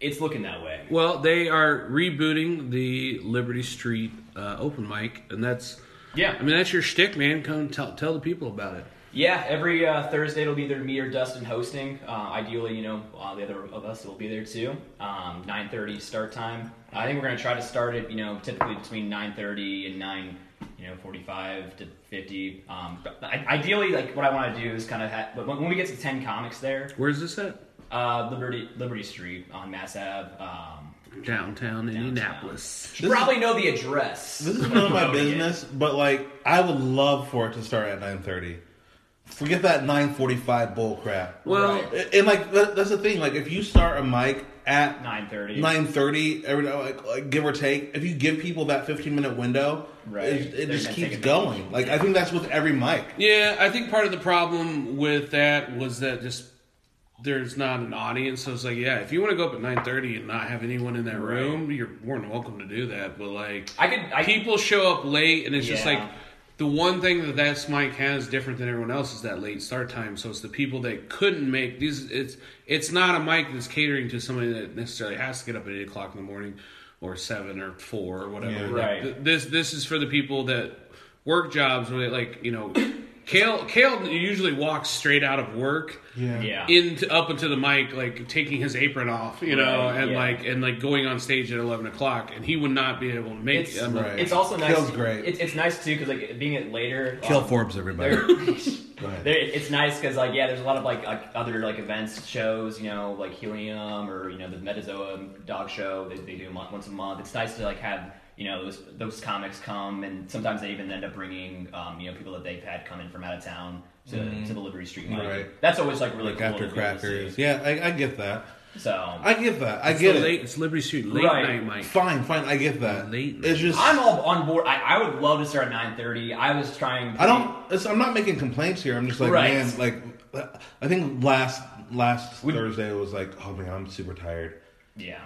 Speaker 2: it's looking that way.
Speaker 1: well, they are rebooting the Liberty Street uh, open mic, and that's
Speaker 2: Yeah,
Speaker 1: I mean that's your shtick, man. Come tell tell the people about it.
Speaker 2: yeah. Every uh, Thursday it'll be either me or Dustin hosting. Uh, ideally, you know, uh, the other of us will be there too. Um, nine thirty start time. I think we're gonna try to start it. You know, typically between nine thirty and nine. You know, forty-five to fifty. Um, but I, ideally, like what I want to do is kind of ha- when, when we get to ten comics there,
Speaker 1: Where's this at?
Speaker 2: uh, Liberty Liberty Street on Mass Ave. Um,
Speaker 1: Downtown Indianapolis.
Speaker 2: you probably know the address.
Speaker 3: This is none of my
Speaker 2: Promoting it.
Speaker 3: business, but like I would love for it to start at nine thirty. Forget that nine forty five bull crap.
Speaker 1: Well,
Speaker 2: Right.
Speaker 3: And and, like that, that's the thing. Like if you start a mic at
Speaker 2: Nine thirty.
Speaker 3: nine thirty, every like, like give or take, if you give people that fifteen minute window,
Speaker 2: Right.
Speaker 3: it, it
Speaker 2: They're
Speaker 3: just
Speaker 2: gonna
Speaker 3: keeps
Speaker 2: take it.
Speaker 3: going. Like I think that's with every mic.
Speaker 1: yeah, I think part of the problem with that was that just there's not an audience. So it's like, yeah, if you want to go up at nine thirty and not have anyone in that room, you're more than welcome to do that. But like,
Speaker 2: I could. I
Speaker 1: people show up late, and it's just
Speaker 2: Yeah.
Speaker 1: like the one thing that that mic has different than everyone else is that late start time. So it's the people that couldn't make these. It's it's not a mic that's catering to somebody that necessarily has to get up at eight o'clock in the morning or seven or four or whatever.
Speaker 3: Yeah.
Speaker 1: Like,
Speaker 2: Right.
Speaker 1: th- this this is for the people that work jobs where they like you know. Kale, Kale usually walks straight out of work
Speaker 2: Yeah.
Speaker 1: into up into the mic, like taking his apron off, you know,
Speaker 2: Right,
Speaker 1: and
Speaker 2: yeah.
Speaker 1: like and like going on stage at eleven o'clock, and he would not be able to make.
Speaker 2: It's,
Speaker 1: it. I'm like,
Speaker 3: Right.
Speaker 2: it's also nice.
Speaker 3: Kill's great.
Speaker 2: It's, it's nice too because like being it later.
Speaker 3: Kill
Speaker 2: um,
Speaker 3: Forbes, everybody.
Speaker 2: there-
Speaker 3: Go ahead.
Speaker 2: there- it's nice because like yeah, there's a lot of like, like other like events, shows, you know, like Helium or you know the Metazoa dog show they, they do a month, once a month. It's nice to like have you know those those comics come and sometimes they even end up bringing um, you know people that they've had come in from out of town to, to the Liberty Street. Mic.
Speaker 3: Mm-hmm. Right.
Speaker 2: That's always like really
Speaker 3: Like
Speaker 2: cool.
Speaker 3: after
Speaker 2: to be able to
Speaker 3: crackers.
Speaker 2: see.
Speaker 3: Yeah, I, I get that.
Speaker 2: So
Speaker 3: I get that. I
Speaker 1: It's
Speaker 3: get
Speaker 1: the
Speaker 3: it.
Speaker 1: late- it's Liberty Street late
Speaker 2: Right.
Speaker 1: night, Mike.
Speaker 3: Fine, fine. I get that.
Speaker 1: Late.
Speaker 3: It's just
Speaker 2: I'm all on board. I, I would love to start at 9:30. I was trying. To,
Speaker 3: I don't. It's, I'm not making complaints here. I'm just like,
Speaker 2: Right.
Speaker 3: man, like, I think last last Thursday was like, oh man, I'm super tired.
Speaker 2: Yeah.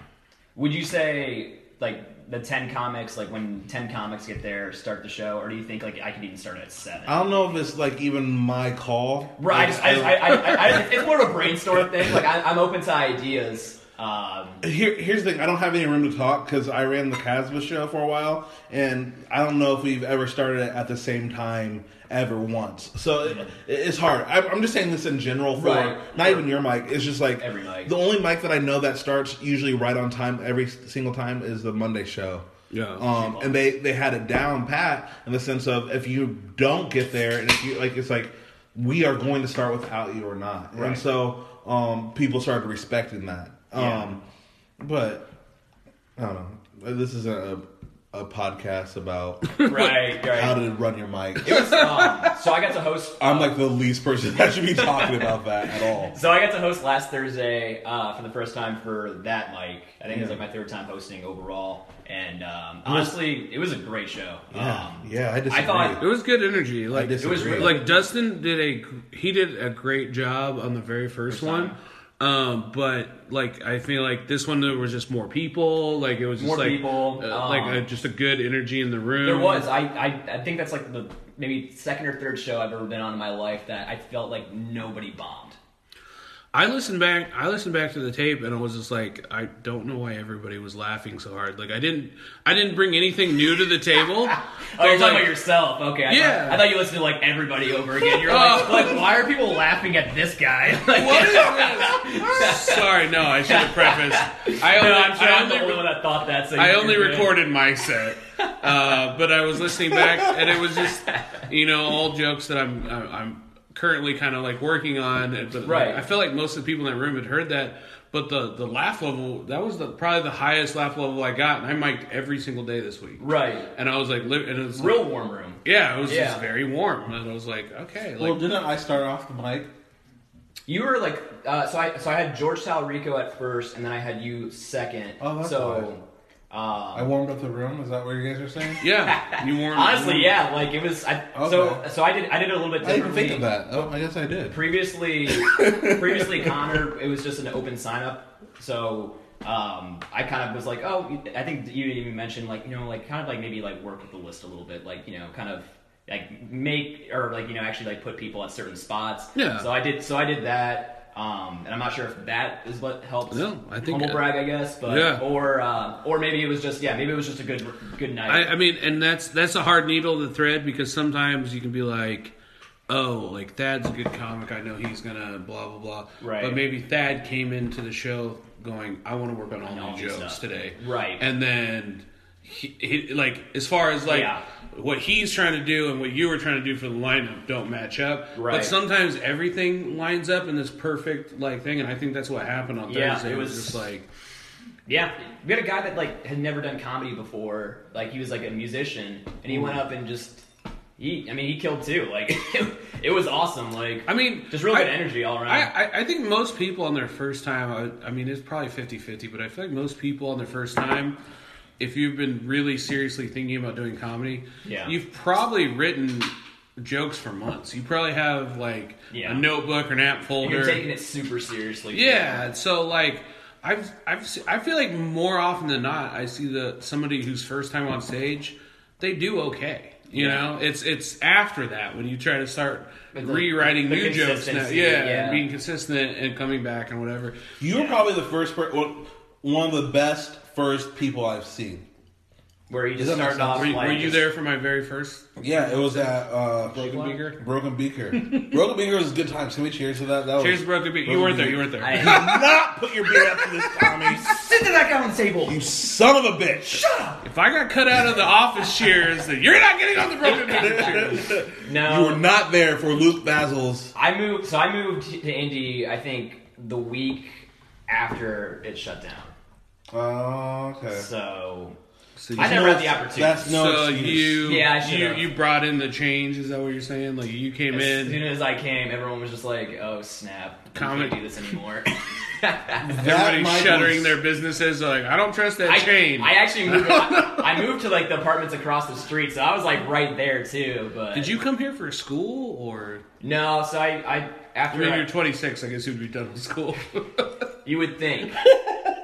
Speaker 2: Would you say like the 10 comics, like when 10 comics get there, start the show, or do you think like I could even start at seven?
Speaker 3: I don't know if it's like even my call.
Speaker 2: Right. I
Speaker 3: Like,
Speaker 2: just, I, I, I, I, I- it's more of a brainstorm thing. Like I, I'm open to ideas. Um,
Speaker 3: here, here's the thing. I don't have any room to talk because I ran the Casba show for a while, and I don't know if we've ever started it at the same time ever once. So it, it's hard. I, I'm just saying this in general for
Speaker 2: Mm-hmm. Right.
Speaker 3: not even your mic. It's just like
Speaker 2: Every mic.
Speaker 3: The only mic that I know that starts usually right on time every single time is the Monday show.
Speaker 1: Yeah.
Speaker 3: Um, and they they had it down pat in the sense of if you don't get there, and if you like, it's like we are going to start without you or not. And
Speaker 2: Right.
Speaker 3: so um, people started respecting that. Um,
Speaker 2: Yeah.
Speaker 3: But I don't know. This is a a podcast about
Speaker 2: right. Right.
Speaker 3: how to run your mic.
Speaker 2: Um, so I got to host.
Speaker 3: I'm like the least person that should be talking about that at all.
Speaker 2: So I got to host last Thursday uh, for the first time for that mic. I think it was like my third time hosting overall, and um, honestly, it was a great show.
Speaker 3: Yeah,
Speaker 2: Um,
Speaker 3: yeah, I disagree.
Speaker 2: thought-
Speaker 1: It was good energy. Like
Speaker 3: disagree.
Speaker 2: It was really-
Speaker 1: like Dustin did a gr- he did a great job on the very first,
Speaker 2: First time.
Speaker 1: one. Um, but like I feel like this one there was just more people. Like it was just
Speaker 2: More
Speaker 1: like
Speaker 2: people,
Speaker 1: uh,
Speaker 2: um,
Speaker 1: like a, just a good energy in the room.
Speaker 2: There was. I, I I think that's like the maybe second or third show I've ever been on in my life that I felt like nobody bombed.
Speaker 1: I listened back. I listened back to the tape, and I was just like, I don't know why everybody was laughing so hard. Like, I didn't. I didn't bring anything new to the table.
Speaker 2: Oh,
Speaker 1: But,
Speaker 2: you're talking
Speaker 1: like,
Speaker 2: about yourself. Okay. I
Speaker 1: Yeah.
Speaker 2: Thought, I thought you listened to like everybody over again. You're like,
Speaker 1: Oh.
Speaker 2: like, why are people laughing at this guy? Like,
Speaker 1: What is this? Sorry, no. I should have prefaced. I only,
Speaker 2: no, I'm sure
Speaker 1: I
Speaker 2: I'm
Speaker 1: only
Speaker 2: the only one that thought that. So
Speaker 1: I
Speaker 2: you're
Speaker 1: only
Speaker 2: good.
Speaker 1: recorded my set, uh, but I was listening back, and it was just you know all jokes that I'm I'm I'm currently kind of like working on. and- But like,
Speaker 2: Right.
Speaker 1: I feel like most of the people in that room had heard that, but the the laugh level that was the probably the highest laugh level I got, and I mic'd every single day this week.
Speaker 2: Right.
Speaker 1: And I was like, li- and it was
Speaker 2: Real warm room.
Speaker 1: yeah, it was
Speaker 2: Yeah.
Speaker 1: just very warm, and I was like, okay, like
Speaker 3: well, didn't I start off the mic?
Speaker 2: You were like, uh, so I so I had George Talrico at first, and then I had you second.
Speaker 3: Oh, that's
Speaker 2: so. Um,
Speaker 3: I warmed up the room. Is that what you guys are saying?
Speaker 1: yeah, you warm.
Speaker 2: honestly, yeah, like it was. I, So
Speaker 3: Okay.
Speaker 2: so I did I did it a little bit
Speaker 3: I didn't
Speaker 2: differently.
Speaker 3: think of that. Oh, I guess I did.
Speaker 2: Previously, previously Connor, it was just an open sign up. So um, I kind of was like, oh, I think you even mentioned like you know like kind of like maybe like work with the list a little bit, like you know kind of like make or like you know actually like put people at certain spots.
Speaker 1: Yeah.
Speaker 2: So I did. So I did that. Um, and I'm not sure if that is what helped.
Speaker 1: No, I think-
Speaker 2: humble brag, I guess, but
Speaker 1: Yeah.
Speaker 2: or uh, or maybe it was just yeah, maybe it was just a good good night.
Speaker 1: I, I mean, and that's that's a hard needle to thread because sometimes you can be like, oh, like Thad's a good comic. I know he's gonna blah blah blah.
Speaker 2: Right.
Speaker 1: But maybe Thad came into the show going, I want to work on all
Speaker 2: all
Speaker 1: new
Speaker 2: new
Speaker 1: jokes
Speaker 2: stuff.
Speaker 1: today.
Speaker 2: Right.
Speaker 1: And then he, he like as far as like.
Speaker 2: Yeah.
Speaker 1: What he's trying to do and what you were trying to do for the lineup don't match up.
Speaker 2: Right.
Speaker 1: But sometimes everything lines up in this perfect like thing, and I think that's what happened on
Speaker 2: Yeah,
Speaker 1: Thursday.
Speaker 2: it
Speaker 1: It was
Speaker 2: was-
Speaker 1: just like
Speaker 2: Yeah, we had a guy that like had never done comedy before. Like he was like a musician, and he
Speaker 1: Mm.
Speaker 2: went up and just he. I mean, he killed too. Like it was awesome. Like
Speaker 1: I mean,
Speaker 2: just real good
Speaker 1: I-
Speaker 2: energy all around.
Speaker 1: I, I, I think most people on their first time, I, I mean, it's probably 50 50, but I feel like most people on their first time, if you've been really seriously thinking about doing comedy,
Speaker 2: Yeah.
Speaker 1: you've probably written jokes for months. You probably have like
Speaker 2: Yeah.
Speaker 1: a notebook or an app folder.
Speaker 2: You're taking it super seriously.
Speaker 1: Yeah, so like I've I've se- I feel like more often than not I see the somebody who's first time on stage, they do okay. You
Speaker 2: Yeah.
Speaker 1: know, it's it's after that when you try to start
Speaker 2: But the-
Speaker 1: rewriting
Speaker 2: the
Speaker 1: new jokes now.
Speaker 2: consistency,
Speaker 1: Yeah,
Speaker 2: yeah.
Speaker 1: and being consistent and coming back and whatever.
Speaker 3: You were probably the first, per- one- one of the best first people I've seen.
Speaker 2: where you just
Speaker 3: Does that make
Speaker 2: start off.
Speaker 1: Were, you-
Speaker 2: like,
Speaker 1: were you
Speaker 2: just-
Speaker 1: there for my very first
Speaker 3: Yeah, it was at uh,
Speaker 1: Broken
Speaker 2: What?
Speaker 1: Beaker?
Speaker 3: Broken Beaker. Broken Beaker was a good time. Can we cheers to that? that
Speaker 1: Cheers,
Speaker 3: was,
Speaker 1: Broken Beaker. You weren't there. You weren't there.
Speaker 2: I,
Speaker 3: Beaker. Not put your beer up to this, Tommy.
Speaker 2: sit to that guy on the table.
Speaker 3: You son of a bitch. Shut
Speaker 1: if I got cut out of the office cheers, then you're not getting on the Broken Beaker cheers.
Speaker 2: No,
Speaker 3: You were not there for Luke Basil's.
Speaker 2: I moved. So I moved to Indy. I think the week after it shut down.
Speaker 3: Oh, okay.
Speaker 2: So
Speaker 1: So you,
Speaker 2: I never had the opportunity.
Speaker 3: That's no
Speaker 1: so
Speaker 3: excuse.
Speaker 1: you,
Speaker 2: Yeah, I
Speaker 1: you
Speaker 2: should've.
Speaker 1: you brought in the change. Is that what you're saying? Like you came
Speaker 2: As
Speaker 1: in.
Speaker 2: soon as I came, everyone was just like, "Oh snap, we
Speaker 1: Comic-
Speaker 2: can't do this anymore."
Speaker 3: That
Speaker 1: Everybody's
Speaker 3: Michael's-
Speaker 1: shuttering their businesses. Like, I don't trust that
Speaker 2: I,
Speaker 1: chain.
Speaker 2: I actually moved. I, I moved to like the apartments across the street, so I was like right there too. But
Speaker 1: Did you come here for school or?
Speaker 2: No, so I, I
Speaker 1: I
Speaker 2: after
Speaker 1: mean,
Speaker 2: I-
Speaker 1: you're 26. I guess you'd be done with school.
Speaker 2: you would think,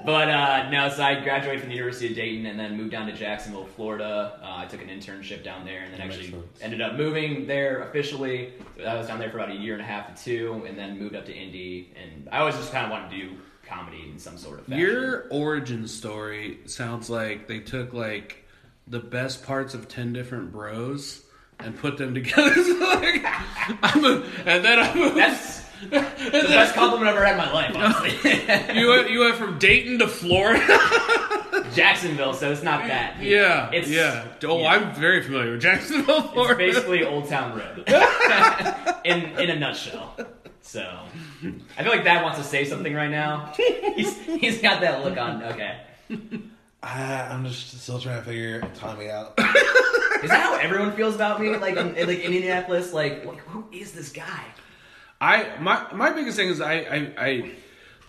Speaker 2: but uh, no. So I graduated from the University of Dayton and then moved down to Jacksonville, Florida. Uh, I took an internship down there and then
Speaker 3: makes
Speaker 2: actually
Speaker 3: sense.
Speaker 2: ended up moving there officially. I was down there for about a year and a half to two, and then moved up to Indy. And I always just kind of wanted to do comedy in some sort of fashion.
Speaker 1: Your origin story sounds like they took like the best parts of 10 different bros and put them together. So, like, I'm a, and then I'm a,
Speaker 2: That's the best compliment I've ever had in my life, honestly.
Speaker 1: you went, you went from Dayton to Florida.
Speaker 2: Jacksonville, so it's not that.
Speaker 1: yeah,
Speaker 2: It's-
Speaker 1: yeah. Oh,
Speaker 2: yeah.
Speaker 1: I'm very familiar with Jacksonville,
Speaker 2: It's
Speaker 1: Florida.
Speaker 2: basically Old Town Road. in in a nutshell. So I feel like Dad wants to say something right now. He's he's got that look on okay.
Speaker 3: I, I'm just still trying to figure Tommy out.
Speaker 2: Is that how everyone feels about me? Like in, in, like in Indianapolis, like, like who is this guy?
Speaker 1: I my my biggest thing is I, I I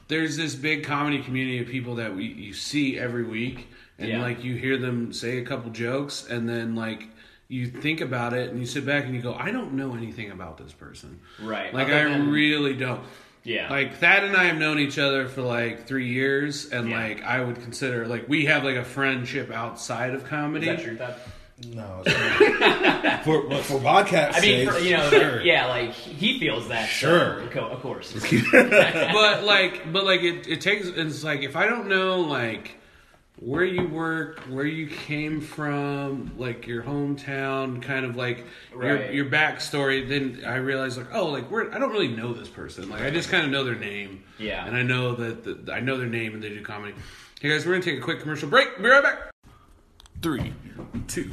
Speaker 1: there's this big comedy community of people that we you see every week and
Speaker 2: Yeah.
Speaker 1: like you hear them say a couple jokes and then like you think about it and you sit back and you go I don't know anything about this person
Speaker 2: Right.
Speaker 1: like
Speaker 2: Other
Speaker 1: I
Speaker 2: than-
Speaker 1: really don't
Speaker 2: Yeah.
Speaker 1: like Thad and I have known each other for like three years and
Speaker 2: Yeah.
Speaker 1: like I would consider like we have like a friendship outside of comedy
Speaker 2: is that true, Dad?
Speaker 3: No, it's not. for well, for podcast
Speaker 2: I mean,
Speaker 3: sakes,
Speaker 2: for, you know,
Speaker 3: sure.
Speaker 2: like, yeah, like he feels that. so,
Speaker 3: Sure.
Speaker 2: of co- of course.
Speaker 1: but like but like it, it takes it's like if i don't know like where you work where you came from like your hometown kind of like
Speaker 2: Right.
Speaker 1: your, your backstory then i realize like oh like where i don't really know this person like i just kind of know their name
Speaker 2: Yeah.
Speaker 1: and i know that the, i know their name and they do comedy hey guys we're gonna take a quick commercial break be right back three two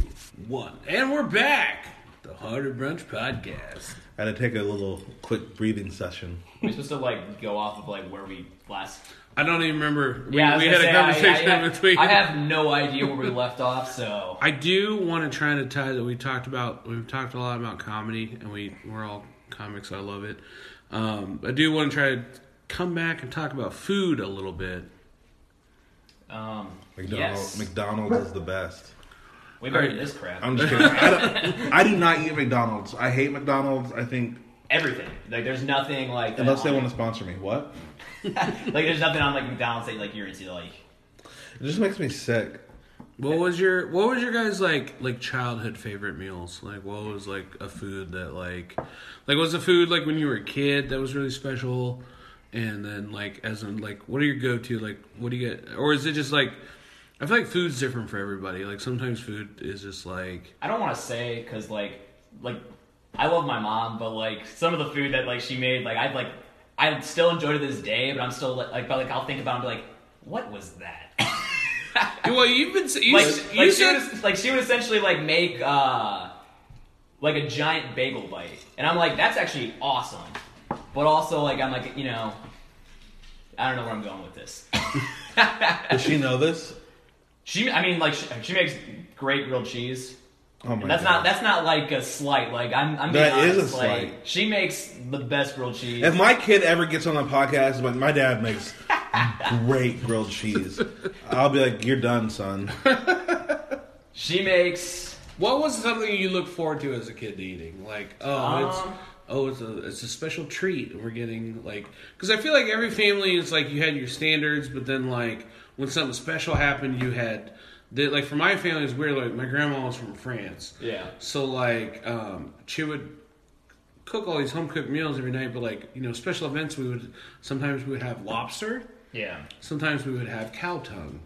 Speaker 1: one and we're back the harder brunch podcast
Speaker 3: I had to take a little quick breathing session.
Speaker 2: We're supposed to like go off of like where we last.
Speaker 1: i don't even remember we,
Speaker 2: Yeah, I was
Speaker 1: we had
Speaker 2: gonna
Speaker 1: a
Speaker 2: say, I- I-
Speaker 1: conversation
Speaker 2: I,
Speaker 1: in between
Speaker 2: I have no idea where we left off, so
Speaker 1: I do want to try to tie that we talked about. We've talked a lot about comedy, and we we're all comics. I love it. Um, I do want to try to come back and talk about food a little bit.
Speaker 2: um, yes,
Speaker 3: McDonald's McDonald's is the best.
Speaker 2: we've heard this crap.
Speaker 3: I'm just kidding. I, don't, I do not eat McDonald's. I hate McDonald's. I think
Speaker 2: Everything like there's nothing like that
Speaker 3: unless they
Speaker 2: on-
Speaker 3: want to sponsor me, what?
Speaker 2: like there's nothing on like McDonald's that like you're into like
Speaker 3: It just makes me sick.
Speaker 1: What was your What was your guys like like childhood favorite meals? Like what was like a food that like like was the food like when you were a kid that was really special, and then like as in like what are your go to like what do you get or is it just like I feel like food's different for everybody. Like sometimes food is just like
Speaker 2: I don't want to say because like like I love my mom, but like some of the food that like she made, like I like I still enjoy to this day, but I'm still like, like but like I'll think about it and be like, what was that?
Speaker 1: Well, you've been you,
Speaker 2: like
Speaker 1: you
Speaker 2: like she
Speaker 1: said
Speaker 2: would like she would essentially like make uh like a giant bagel bite, and I'm like that's actually awesome, but also like I'm like you know I don't know where I'm going with this.
Speaker 3: Does she know this?
Speaker 2: she I mean like she, she makes great grilled cheese.
Speaker 3: Oh my
Speaker 2: That's
Speaker 3: God.
Speaker 2: not that's not like a slight. Like I'm I'm being
Speaker 3: That is
Speaker 2: honest,
Speaker 3: a
Speaker 2: like,
Speaker 3: slight.
Speaker 2: She makes the best grilled cheese.
Speaker 3: If my kid ever gets on a podcast, but my dad makes great grilled cheese, I'll be like, "You're done, son."
Speaker 2: she makes
Speaker 1: what was something you looked forward to as a kid eating? Like, oh,
Speaker 2: Um,
Speaker 1: it's oh, it's a it's a special treat we're getting. Like, because I feel like every family is like you had your standards, but then like when something special happened, you had that. Like for my family, it's weird. Like my grandma was from France,
Speaker 2: yeah.
Speaker 1: so like um, she would cook all these home cooked meals every night. But like you know, special events, we would sometimes we would have lobster,
Speaker 2: Yeah.
Speaker 1: sometimes we would have cow tongue.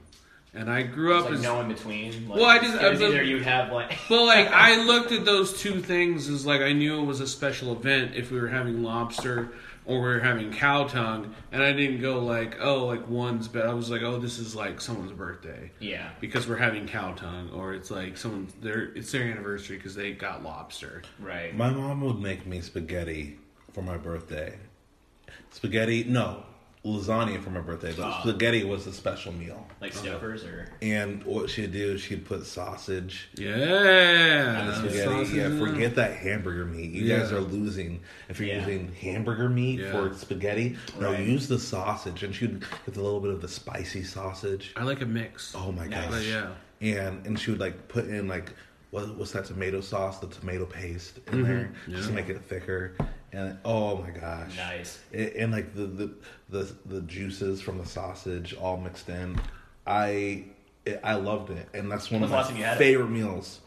Speaker 1: And I grew up
Speaker 2: It's like
Speaker 1: as
Speaker 2: no in between. Like,
Speaker 1: Well, I just-
Speaker 2: it was
Speaker 1: I-
Speaker 2: either you'd have like
Speaker 1: But like I looked at those two things as like I knew it was a special event if we were having lobster or we were having cow tongue, and I didn't go like oh like one's better. I was like oh this is like someone's birthday
Speaker 2: yeah.
Speaker 1: because we're having cow tongue, or it's like someone's their it's their anniversary because they got lobster.
Speaker 2: Right.
Speaker 3: My mom would make me spaghetti for my birthday. Spaghetti, no, lasagna for my birthday, but
Speaker 2: Ah.
Speaker 3: spaghetti was a special meal.
Speaker 2: Like Stouffer's or
Speaker 3: And what she'd do, she'd put sausage
Speaker 1: Yeah,
Speaker 3: in the spaghetti.
Speaker 1: Uh, Sausage
Speaker 3: yeah,
Speaker 1: and-
Speaker 3: forget that hamburger meat. You
Speaker 1: Yeah.
Speaker 3: guys are losing if you're
Speaker 2: Yeah.
Speaker 3: using hamburger meat
Speaker 1: Yeah.
Speaker 3: for spaghetti. No,
Speaker 2: Right.
Speaker 3: use the sausage, and she'd get a little bit of the spicy sausage.
Speaker 1: I like a mix.
Speaker 3: Oh my
Speaker 2: Nice.
Speaker 3: gosh!
Speaker 1: Yeah.
Speaker 3: and and she would like put in like what what's that tomato sauce, the tomato paste
Speaker 2: Mm-hmm.
Speaker 3: in there, just to
Speaker 1: Yeah.
Speaker 3: make it thicker. And oh my gosh!
Speaker 2: Nice.
Speaker 3: A- and like the, the the the juices from the sausage all mixed in. I it, I loved it, and that's one
Speaker 2: When's the last
Speaker 3: of
Speaker 2: time
Speaker 3: my
Speaker 2: you had it?
Speaker 3: favorite meals.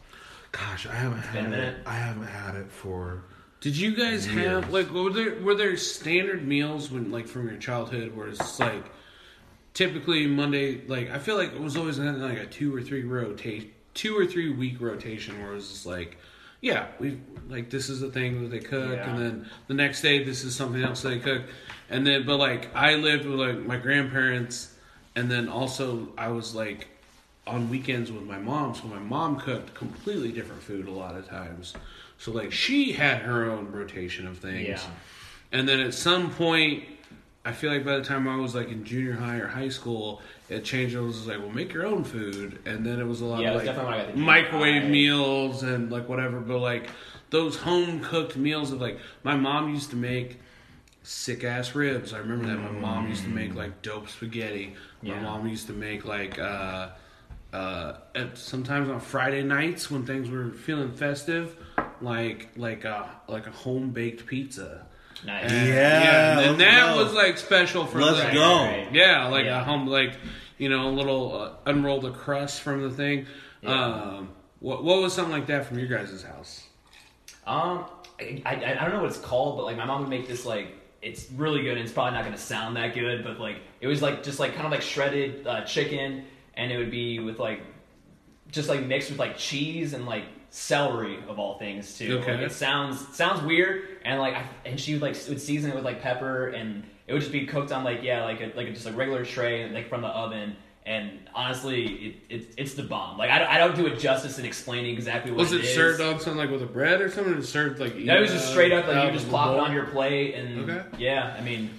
Speaker 3: Gosh, I
Speaker 2: been a
Speaker 3: haven't had it.
Speaker 2: minute.
Speaker 3: I haven't had it for.
Speaker 1: Did you guys have
Speaker 3: Years.
Speaker 1: like were there were there standard meals when like from your childhood where it's like typically Monday like I feel like it was always in like a two or three rotate two or three week rotation where it was just like yeah we like this is the thing that they cook
Speaker 2: Yeah.
Speaker 1: and then the next day this is something else they cook and then but like I lived with like my grandparents and then also I was like on weekends with my mom, so my mom cooked completely different food a lot of times. So like she had her own rotation of things.
Speaker 2: Yeah.
Speaker 1: And then at some point, I feel like by the time I was like in junior high or high school, it changed. It was like, well, make your own food, and then it was a lot
Speaker 2: Yeah, it
Speaker 1: of
Speaker 2: was
Speaker 1: like
Speaker 2: definitely when I got to junior
Speaker 1: microwave
Speaker 2: high.
Speaker 1: meals and like whatever. But like those home cooked meals of like my mom used to make sick ass ribs. I remember that my mom used to make like dope spaghetti. My
Speaker 2: Yeah.
Speaker 1: mom used to make like uh, uh, at, sometimes on Friday nights when things were feeling festive, like like a like a home baked pizza.
Speaker 2: nice.
Speaker 1: And,
Speaker 3: Yeah,
Speaker 1: and
Speaker 3: let's
Speaker 1: that
Speaker 3: go.
Speaker 1: was like special for
Speaker 3: Let's
Speaker 1: like,
Speaker 3: go.
Speaker 1: Yeah, like
Speaker 2: Yeah.
Speaker 1: a home like you know a little uh, unroll the crust from the thing.
Speaker 2: Yeah.
Speaker 1: Um, What what was something like that from your guys' house?
Speaker 2: Um, I, I, I don't know what it's called, but like my mom would make this like it's really good and it's probably not gonna sound that good, but like it was like just like kind of like shredded uh, chicken, and it would be with like just like mixed with like cheese and like celery of all things too.
Speaker 1: Okay.
Speaker 2: Like, it sounds sounds weird, and like I, and she would like would season it with like pepper, and it would just be cooked on like yeah like a, like a, just like regular tray like from the oven. And honestly, it, it, it's the bomb. Like I, don't- I don't do it justice in explaining exactly what
Speaker 1: Was it
Speaker 2: is.
Speaker 1: served on something like with a bread or something? Or served like
Speaker 2: No, it was just straight up like
Speaker 1: out
Speaker 2: you just
Speaker 1: of
Speaker 2: plop it
Speaker 1: bowl?
Speaker 2: on your plate and
Speaker 1: Okay.
Speaker 2: yeah, I mean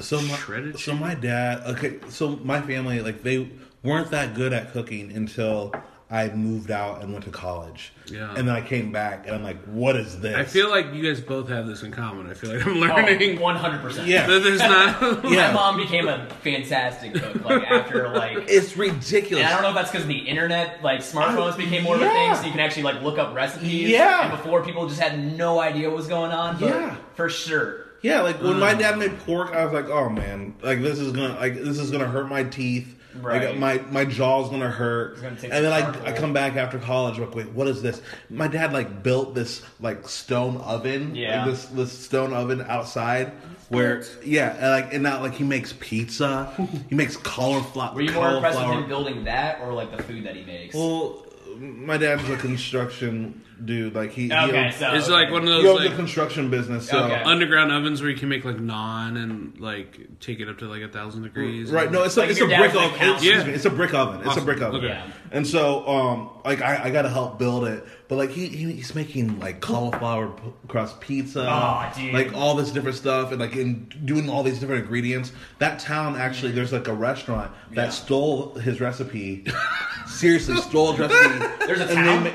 Speaker 3: So my,
Speaker 1: Shredded
Speaker 3: so my dad. Okay, so my family like they weren't that good at cooking until I moved out and went to college.
Speaker 1: Yeah.
Speaker 3: And then I came back and I'm like, what is this?
Speaker 1: I feel like you guys both have this in common. I feel like
Speaker 2: Oh.
Speaker 1: I'm learning
Speaker 2: one hundred percent.
Speaker 3: Yeah.
Speaker 1: that there's not.
Speaker 3: Yeah.
Speaker 2: My mom became a fantastic cook like after like
Speaker 3: it's ridiculous.
Speaker 2: and I don't know if that's because the internet, like smartphones, became more of a
Speaker 3: Yeah.
Speaker 2: thing, so you can actually like look up recipes.
Speaker 3: Yeah.
Speaker 2: And before people just had no idea what was going on. But
Speaker 3: Yeah.
Speaker 2: For sure.
Speaker 3: Yeah, like when
Speaker 2: Mm.
Speaker 3: my dad made pork, I was like, "Oh man, like this is gonna like this is gonna hurt my teeth. Like
Speaker 2: Right.
Speaker 3: my my jaw's gonna hurt."
Speaker 2: gonna take
Speaker 3: and then
Speaker 2: some
Speaker 3: I, I
Speaker 2: charcoal.
Speaker 3: come back after college, like, "Wait, what is this?" My dad like built this like stone oven,
Speaker 2: Yeah.
Speaker 3: like, this this stone oven outside where yeah, and like and now like he makes pizza, he makes cauliflower.
Speaker 2: Were you more impressed with him building that or like the food that he makes?
Speaker 3: Well, my dad's a construction dude. Like he he
Speaker 2: okay,
Speaker 3: owns-
Speaker 2: so
Speaker 1: It's like one of
Speaker 3: he owns
Speaker 1: those
Speaker 3: a
Speaker 1: like
Speaker 3: construction business. So.
Speaker 2: Okay.
Speaker 1: underground ovens where you can make like naan and like take it up to like a thousand degrees.
Speaker 3: Right. No, it's,
Speaker 2: Like
Speaker 3: a,
Speaker 2: if
Speaker 3: it's a
Speaker 2: your dad
Speaker 3: brick
Speaker 2: was an
Speaker 3: oven. It's, excuse
Speaker 1: accountant.
Speaker 3: me, it's a brick oven. It's
Speaker 1: Awesome.
Speaker 3: a brick oven.
Speaker 1: Okay.
Speaker 2: Yeah.
Speaker 3: And so, um, like I, I got to help build it, but like he, he he's making like cauliflower p- crust pizza,
Speaker 2: Aw, dude.
Speaker 3: like all this different stuff, and like in doing all these different ingredients. That town actually, there's like a restaurant that
Speaker 2: Yeah.
Speaker 3: stole his recipe. Seriously, stole his recipe.
Speaker 2: There's a
Speaker 3: And they
Speaker 2: town?
Speaker 3: ma-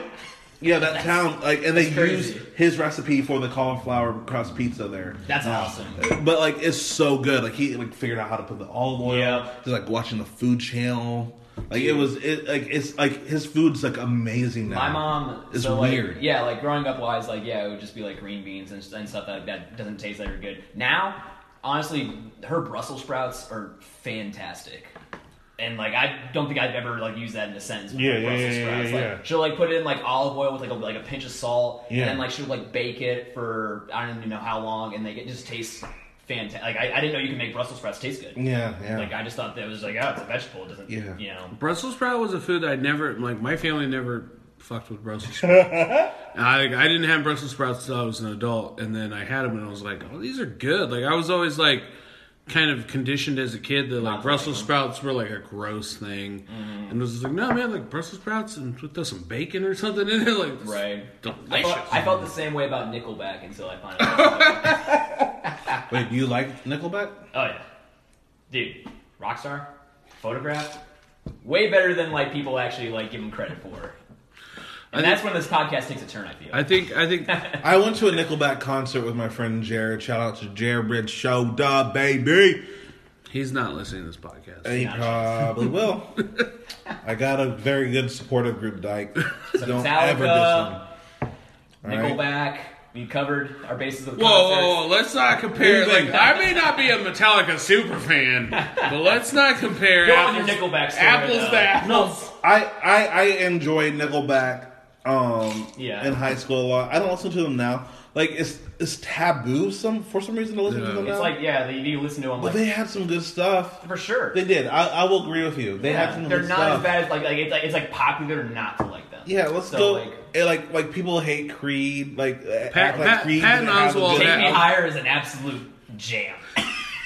Speaker 3: yeah, that town, like, and they
Speaker 2: that's crazy.
Speaker 3: use his recipe for the cauliflower crust pizza there.
Speaker 2: That's
Speaker 3: Uh,
Speaker 2: awesome.
Speaker 3: But like, it's so good. Like he like figured out how to put the olive oil.
Speaker 2: Yeah.
Speaker 3: He's like watching the food channel. Like it was, it like it's like his food's like amazing now.
Speaker 2: My mom
Speaker 3: is
Speaker 2: so like,
Speaker 3: weird.
Speaker 2: yeah, like growing up wise, like yeah, it would just be like green beans and, and stuff that that doesn't taste that good. Now, honestly, her Brussels sprouts are fantastic. And like I don't think I've ever like used that in a sentence. before,
Speaker 3: Yeah, yeah,
Speaker 2: Brussels
Speaker 3: yeah, yeah,
Speaker 2: sprouts. Like,
Speaker 3: yeah.
Speaker 2: She'll like put it in like olive oil with like a like a pinch of salt,
Speaker 3: Yeah.
Speaker 2: and then like she'll like bake it for I don't even know how long, and like it just tastes fantastic. Like I, I didn't know you can make Brussels sprouts taste good.
Speaker 3: Yeah, yeah,
Speaker 2: Like I just thought that it was like oh it's a vegetable, it doesn't
Speaker 3: Yeah.
Speaker 2: you know.
Speaker 1: Brussels sprout was a food that I never like. My family never fucked with Brussels sprouts. And I I didn't have Brussels sprouts until I was an adult, and then I had them, and I was like, "Oh, these are good." Like I was always like, kind of conditioned as a kid that like
Speaker 2: Not Mm-hmm.
Speaker 1: Brussels
Speaker 2: liking
Speaker 1: sprouts were like a gross thing, and I was just like, "No, man, like Brussels sprouts and put some bacon or something in it, like it's
Speaker 2: Right. I
Speaker 1: delicious."
Speaker 2: felt, I felt the same way about Nickelback until I found out.
Speaker 3: Wait, do you like Nickelback?
Speaker 2: oh yeah, dude, Rockstar, Photograph, way better than like people actually like give them credit for. And that's when this podcast takes a turn. I feel.
Speaker 1: I think I think
Speaker 3: I went to a Nickelback concert with my friend Jared. Shout out to Jared Bridge Show, duh, baby.
Speaker 1: he's not listening to this podcast.
Speaker 3: And he probably will. I got a very good supportive group, Dyke. Don't
Speaker 2: Metallica,
Speaker 3: ever diss them. All right?
Speaker 2: Nickelback, we covered our bases of the
Speaker 1: Whoa,
Speaker 2: concept.
Speaker 1: whoa, whoa, let's not compare.
Speaker 3: Moving.
Speaker 1: Like, I may not be a Metallica super fan, but let's not compare
Speaker 2: Go on
Speaker 1: apples,
Speaker 2: your Nickelback story,
Speaker 1: apples
Speaker 2: though.
Speaker 1: to apples.
Speaker 3: I, I I enjoyed Nickelback um
Speaker 2: Yeah.
Speaker 3: in high school a lot. I don't listen to them now. Like it's it's taboo some for some reason to listen to
Speaker 1: Yeah.
Speaker 3: them now.
Speaker 2: It's like yeah, they, you listen to them
Speaker 3: but
Speaker 2: like
Speaker 3: they had some good stuff.
Speaker 2: for sure.
Speaker 3: They did. I, I will agree with you. They
Speaker 2: Yeah,
Speaker 3: had some
Speaker 2: they're
Speaker 3: good
Speaker 2: not
Speaker 3: stuff.
Speaker 2: as bad as like, like it's like it's like popular not to like them.
Speaker 3: Yeah, let's
Speaker 2: So,
Speaker 3: go.
Speaker 2: Like,
Speaker 3: eh, like like people hate Creed. Like Pat, act like
Speaker 1: Pat-
Speaker 3: Creed
Speaker 1: Patton
Speaker 3: doesn't have a
Speaker 1: Oswalt
Speaker 3: good-
Speaker 2: Take
Speaker 1: had-
Speaker 2: Me Higher is an absolute jam.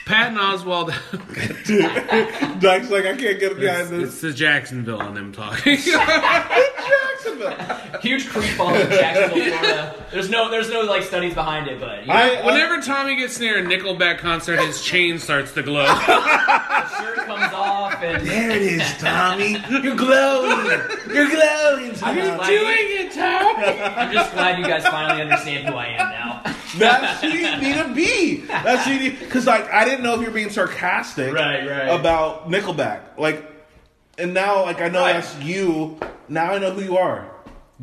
Speaker 1: Patton Oswald.
Speaker 3: Dyke's like I can't get behind
Speaker 1: it's,
Speaker 3: this.
Speaker 1: it's the Jacksonville and them talking.
Speaker 3: Jacksonville.
Speaker 2: Huge creep fall in Jacksonville, Florida. There's no, there's no like studies behind it, but you know,
Speaker 3: I, I,
Speaker 1: Whenever Tommy gets near a Nickelback concert, his chain starts to glow.
Speaker 2: the shirt comes off and.
Speaker 3: There it is, Tommy. You're glowing. You're glowing,
Speaker 2: I'm
Speaker 3: Tommy.
Speaker 2: just, glad you,
Speaker 1: it, Tommy.
Speaker 2: I'm just glad you guys finally understand who I am now.
Speaker 3: That's who you need to be. That's who you need. Because, like, I didn't know if you were being sarcastic
Speaker 2: Right, right.
Speaker 3: about Nickelback. Like, and now, like, I know
Speaker 2: Right.
Speaker 3: that's you. Now I know who you are.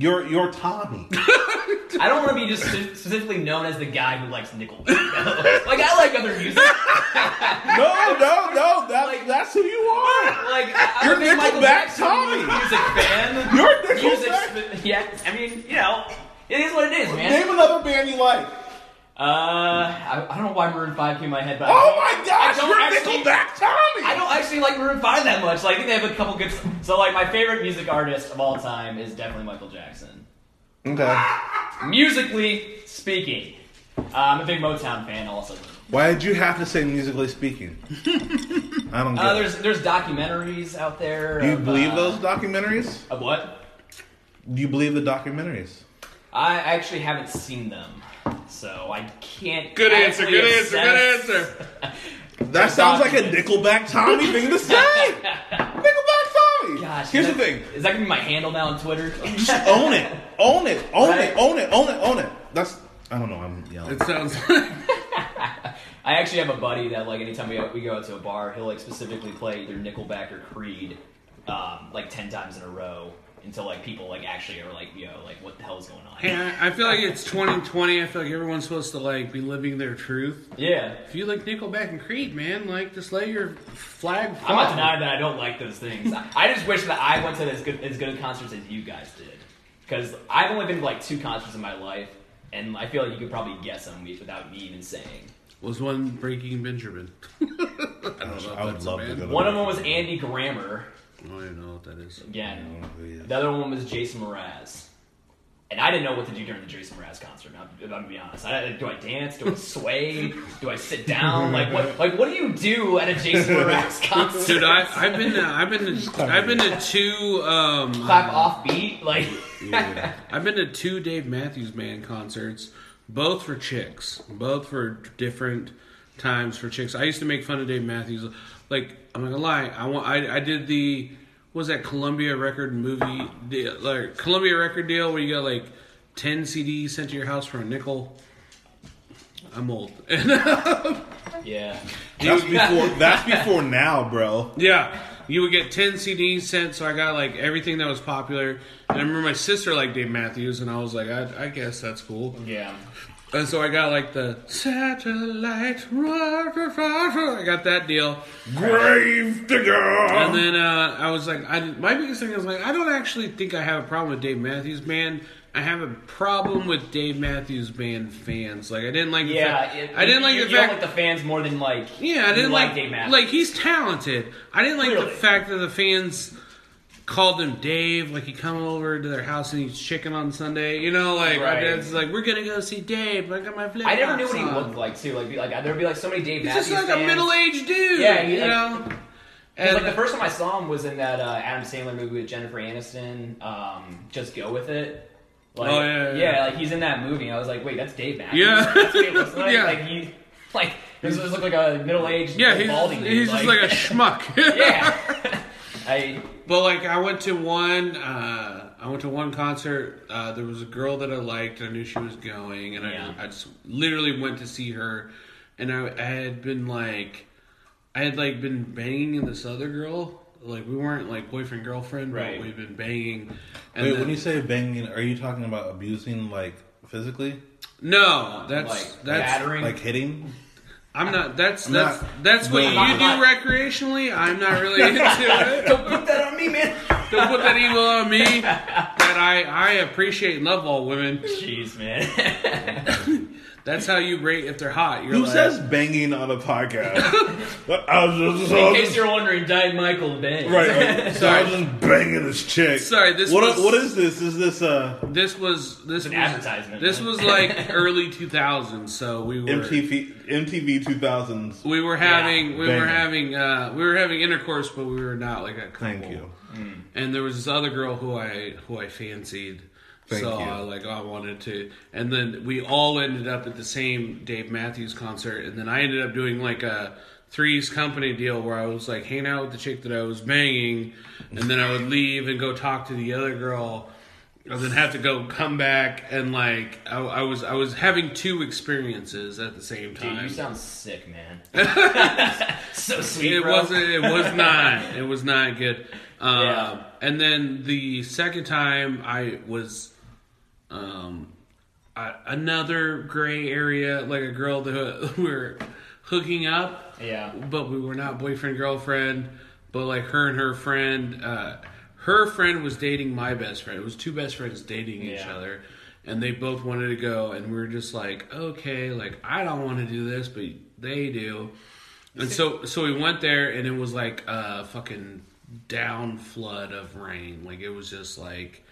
Speaker 3: You're you're Tommy.
Speaker 2: I don't want to be just spe- specifically known as the guy who likes Nickelback. like I like other music.
Speaker 3: no, no, no. That's
Speaker 2: Like-
Speaker 3: that's who you are.
Speaker 2: Like I-
Speaker 3: You're
Speaker 2: I'm a big Michael
Speaker 3: Nickelback
Speaker 2: Jackson
Speaker 3: Tommy.
Speaker 2: music fan.
Speaker 3: You're Nickelback.
Speaker 2: music. Sp- yeah, I mean, you know, it is what it is, man.
Speaker 3: Name another band you like.
Speaker 2: Uh, I, I don't know why Maroon Five came to my head, but
Speaker 3: Oh my gosh,
Speaker 2: don't
Speaker 3: you're
Speaker 2: actually-
Speaker 3: Nickelback Tommy.
Speaker 2: I don't actually like Maroon Five that much. Like I think they have a couple good. So like my favorite music artist of all time is definitely Michael Jackson.
Speaker 3: Okay.
Speaker 2: Musically speaking, uh, I'm a big Motown fan. Also, Uh,
Speaker 3: Why did you have to say musically speaking? I don't get
Speaker 2: uh,
Speaker 3: it.
Speaker 2: there's there's documentaries out there.
Speaker 3: Do you
Speaker 2: of,
Speaker 3: believe
Speaker 2: uh,
Speaker 3: those documentaries?
Speaker 2: Of what?
Speaker 3: Do you believe the documentaries?
Speaker 2: I actually haven't seen them, so I can't.
Speaker 1: Good answer,
Speaker 2: actually
Speaker 1: good answer, good
Speaker 2: assess-
Speaker 1: answer.
Speaker 3: That sounds like a
Speaker 2: documentaries.
Speaker 3: Nickelback Tommy thing to say. Nickelback Tommy.
Speaker 2: Gosh,
Speaker 3: Here's
Speaker 2: is
Speaker 3: the
Speaker 2: that-
Speaker 3: thing.
Speaker 2: Is that gonna be my handle now on Twitter?
Speaker 3: Just own it. Own it. Own
Speaker 2: Right.
Speaker 3: it. Own it. Own it. Own it. That's. I don't know. I'm yelling.
Speaker 1: It sounds like
Speaker 2: I actually have a buddy that like anytime we go, we go out to a bar, he'll like specifically play either Nickelback or Creed, um, like ten times in a row until like people like actually are like, yo, like what the hell is going on?
Speaker 1: Hey, I- I feel like it's 2020. I feel like everyone's supposed to like be living their truth.
Speaker 2: Yeah,
Speaker 1: If you like Nickelback and Creed, man, like just let your flag fly.
Speaker 2: I'm not denying that I don't like those things. I- I just wish that I went to as good as good of concerts as you guys did, because I've only been to like two concerts in my life, and I feel like you could probably guess them without me even saying.
Speaker 1: Was one Breaking Benjamin. I don't know.
Speaker 3: I would love to go to
Speaker 2: One of them was Andy Grammer
Speaker 1: Oh, I don't even know what that is.
Speaker 2: again.
Speaker 3: Yeah.
Speaker 2: The other one was Jason Mraz. And I didn't know what to do during the Jason Mraz concert. I'm, I'm gonna be honest. I, do I dance? Do I sway? do I sit down? Like what? Like what do you do at a Jason Mraz concert?
Speaker 1: Dude, I, I've been to, I've been to, I've been to two um
Speaker 2: clap off beat? Like
Speaker 1: I've been to two Dave Matthews Band concerts, both for chicks, both for different times for chicks. I used to make fun of Dave Matthews, like I'm not gonna lie. I want I, I did the what was that Columbia Record movie deal, like Columbia Record deal where you got like ten CDs sent to your house for a nickel. I'm old.
Speaker 2: yeah.
Speaker 3: That's before. That's before now, bro.
Speaker 1: Yeah, you would get ten CDs sent, so I got like everything that was popular. And I remember my sister liked Dave Matthews, and I was like, I, I guess that's cool.
Speaker 2: Yeah.
Speaker 1: And so I got like the satellite, rah, rah, rah, rah. I got that deal.
Speaker 3: Grave
Speaker 1: And
Speaker 3: digger.
Speaker 1: then uh, I was like, I, my biggest thing is like, I don't actually think I have a problem with Dave Matthews Band. I have a problem with Dave Matthews Band fans. Like, I didn't like. The
Speaker 2: Yeah.
Speaker 1: fact,
Speaker 2: it-
Speaker 1: I didn't like
Speaker 2: you,
Speaker 1: the
Speaker 2: you
Speaker 1: fact.
Speaker 2: Don't like the fans more than like.
Speaker 1: Yeah, I
Speaker 2: you
Speaker 1: didn't like
Speaker 2: Dave Matthews.
Speaker 1: like he's talented. I didn't like the
Speaker 2: Clearly.
Speaker 1: fact that the fans called him Dave. Like he come over to their house and eats chicken on Sunday. You know, like my
Speaker 2: Right.
Speaker 1: dad's like, we're gonna go see Dave. but I got my flip.
Speaker 2: I never knew what he looked like too. Like, be- like there'd be like so many Dave
Speaker 1: He's
Speaker 2: Matthews
Speaker 1: just like
Speaker 2: fans.
Speaker 1: a middle aged dude.
Speaker 2: Yeah, he-
Speaker 1: you
Speaker 2: like-
Speaker 1: know.
Speaker 2: Because
Speaker 1: And
Speaker 2: like the first time I saw him was in that uh, Adam Sandler movie with Jennifer Aniston, um, Just Go with It. Like,
Speaker 1: Oh, yeah, yeah, yeah.
Speaker 2: like he's in that movie. And I was like, wait, that's Dave Matthews.
Speaker 1: Yeah.
Speaker 2: that's what it looks like.
Speaker 1: Yeah.
Speaker 2: Like he, like this just looked like a middle aged,
Speaker 1: yeah,
Speaker 2: balding.
Speaker 1: he's,
Speaker 2: dude,
Speaker 1: he's just like a schmuck.
Speaker 2: yeah. I
Speaker 1: But like I went to one uh I went to one concert, uh there was a girl that I liked, I knew she was going and
Speaker 2: Yeah.
Speaker 1: I I just literally went to see her and I, I had been like I had like been banging this other girl. Like we weren't like boyfriend girlfriend,
Speaker 2: Right.
Speaker 1: but we've been banging and
Speaker 3: Wait,
Speaker 1: then-
Speaker 3: when you say banging, are you talking about abusing, like physically,
Speaker 1: No, that's
Speaker 2: like
Speaker 1: that's
Speaker 2: battering.
Speaker 3: like hitting?
Speaker 1: I'm not that's that's
Speaker 3: not-
Speaker 1: that's what
Speaker 3: No.
Speaker 1: you
Speaker 2: I'm
Speaker 1: do
Speaker 2: not-
Speaker 1: recreationally. I'm not really into it.
Speaker 2: Don't put that on me, man.
Speaker 1: Don't put that evil on me. That I I appreciate and love all women.
Speaker 2: Jeez, man.
Speaker 1: That's how you rate if they're hot. You're
Speaker 3: Who
Speaker 1: like,
Speaker 3: says banging on a podcast? I was just,
Speaker 2: In case you're wondering, died Michael Ben.
Speaker 3: right. right. So I was just banging this chick.
Speaker 1: Sorry, this
Speaker 3: What?
Speaker 1: was-
Speaker 3: what is this? Is this uh
Speaker 1: this was this
Speaker 2: an
Speaker 1: was
Speaker 2: advertisement,
Speaker 1: This
Speaker 2: man.
Speaker 1: was like early 2000s, so we were
Speaker 3: MTV MTV 2000s?
Speaker 1: we were having we were
Speaker 3: Bang.
Speaker 1: having uh we were having intercourse, but we were not like a couple.
Speaker 3: Thank you.
Speaker 1: And there was this other girl who I who I fancied.
Speaker 3: Thank
Speaker 1: so
Speaker 3: you.
Speaker 1: I like I wanted to, and then we all ended up at the same Dave Matthews concert, and then I ended up doing like a Three's Company deal where I was like hanging out with the chick that I was banging, and then I would leave and go talk to the other girl, and then have to go come back and like I, I was I was having two experiences at the same time.
Speaker 2: Dude, you sound sick, man. so sweet,
Speaker 1: it
Speaker 2: bro.
Speaker 1: wasn't. It was not. It was not good. Um,
Speaker 2: Yeah.
Speaker 1: And then the second time I was, um, I, another gray area, like a girl that we were hooking up,
Speaker 2: Yeah.
Speaker 1: but we were not boyfriend girlfriend. But like her and her friend, uh, her friend was dating my best friend. It was two best friends dating each
Speaker 2: Yeah.
Speaker 1: other. And they both wanted to go, and we were just like, okay, like I don't want to do this, but they do. And so so we went there and it was like a fucking down flood of rain. Like it was just like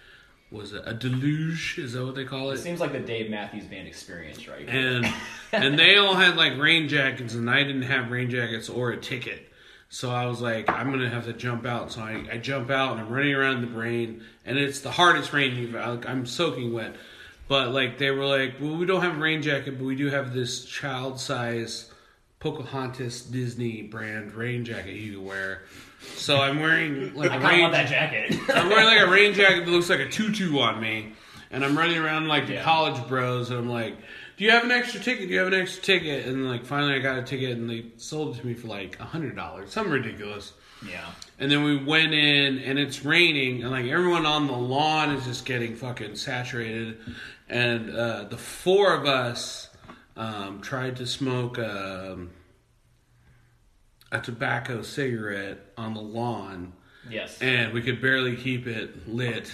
Speaker 1: was it a deluge? Is that what they call
Speaker 2: It
Speaker 1: it?
Speaker 2: seems like the Dave Matthews Band experience, right?
Speaker 1: And and they all had like rain jackets and I didn't have rain jackets or a ticket. So I was like, I'm gonna have to jump out. So I, I jump out and I'm running around in the rain, and it's the hardest rain you've. I- Like, I'm soaking wet, but like they were like, well, we don't have a rain jacket, but we do have this child size Pocahontas Disney brand rain jacket you can wear. So I'm wearing like
Speaker 2: I
Speaker 1: a
Speaker 2: kind of
Speaker 1: rain.
Speaker 2: want that jacket.
Speaker 1: I'm wearing like a rain jacket that looks like a tutu on me, and I'm running around like the
Speaker 2: Yeah.
Speaker 1: college bros, and I'm like, "Do you have an extra ticket? Do you have an extra ticket?" And like finally, I got a ticket, and they sold it to me for like a hundred dollars, something ridiculous.
Speaker 2: yeah.
Speaker 1: And then we went in, and it's raining, and like everyone on the lawn is just getting fucking saturated, and uh, the four of us um, tried to smoke. Um, a tobacco cigarette on the lawn
Speaker 2: Yes.
Speaker 1: and we could barely keep it lit.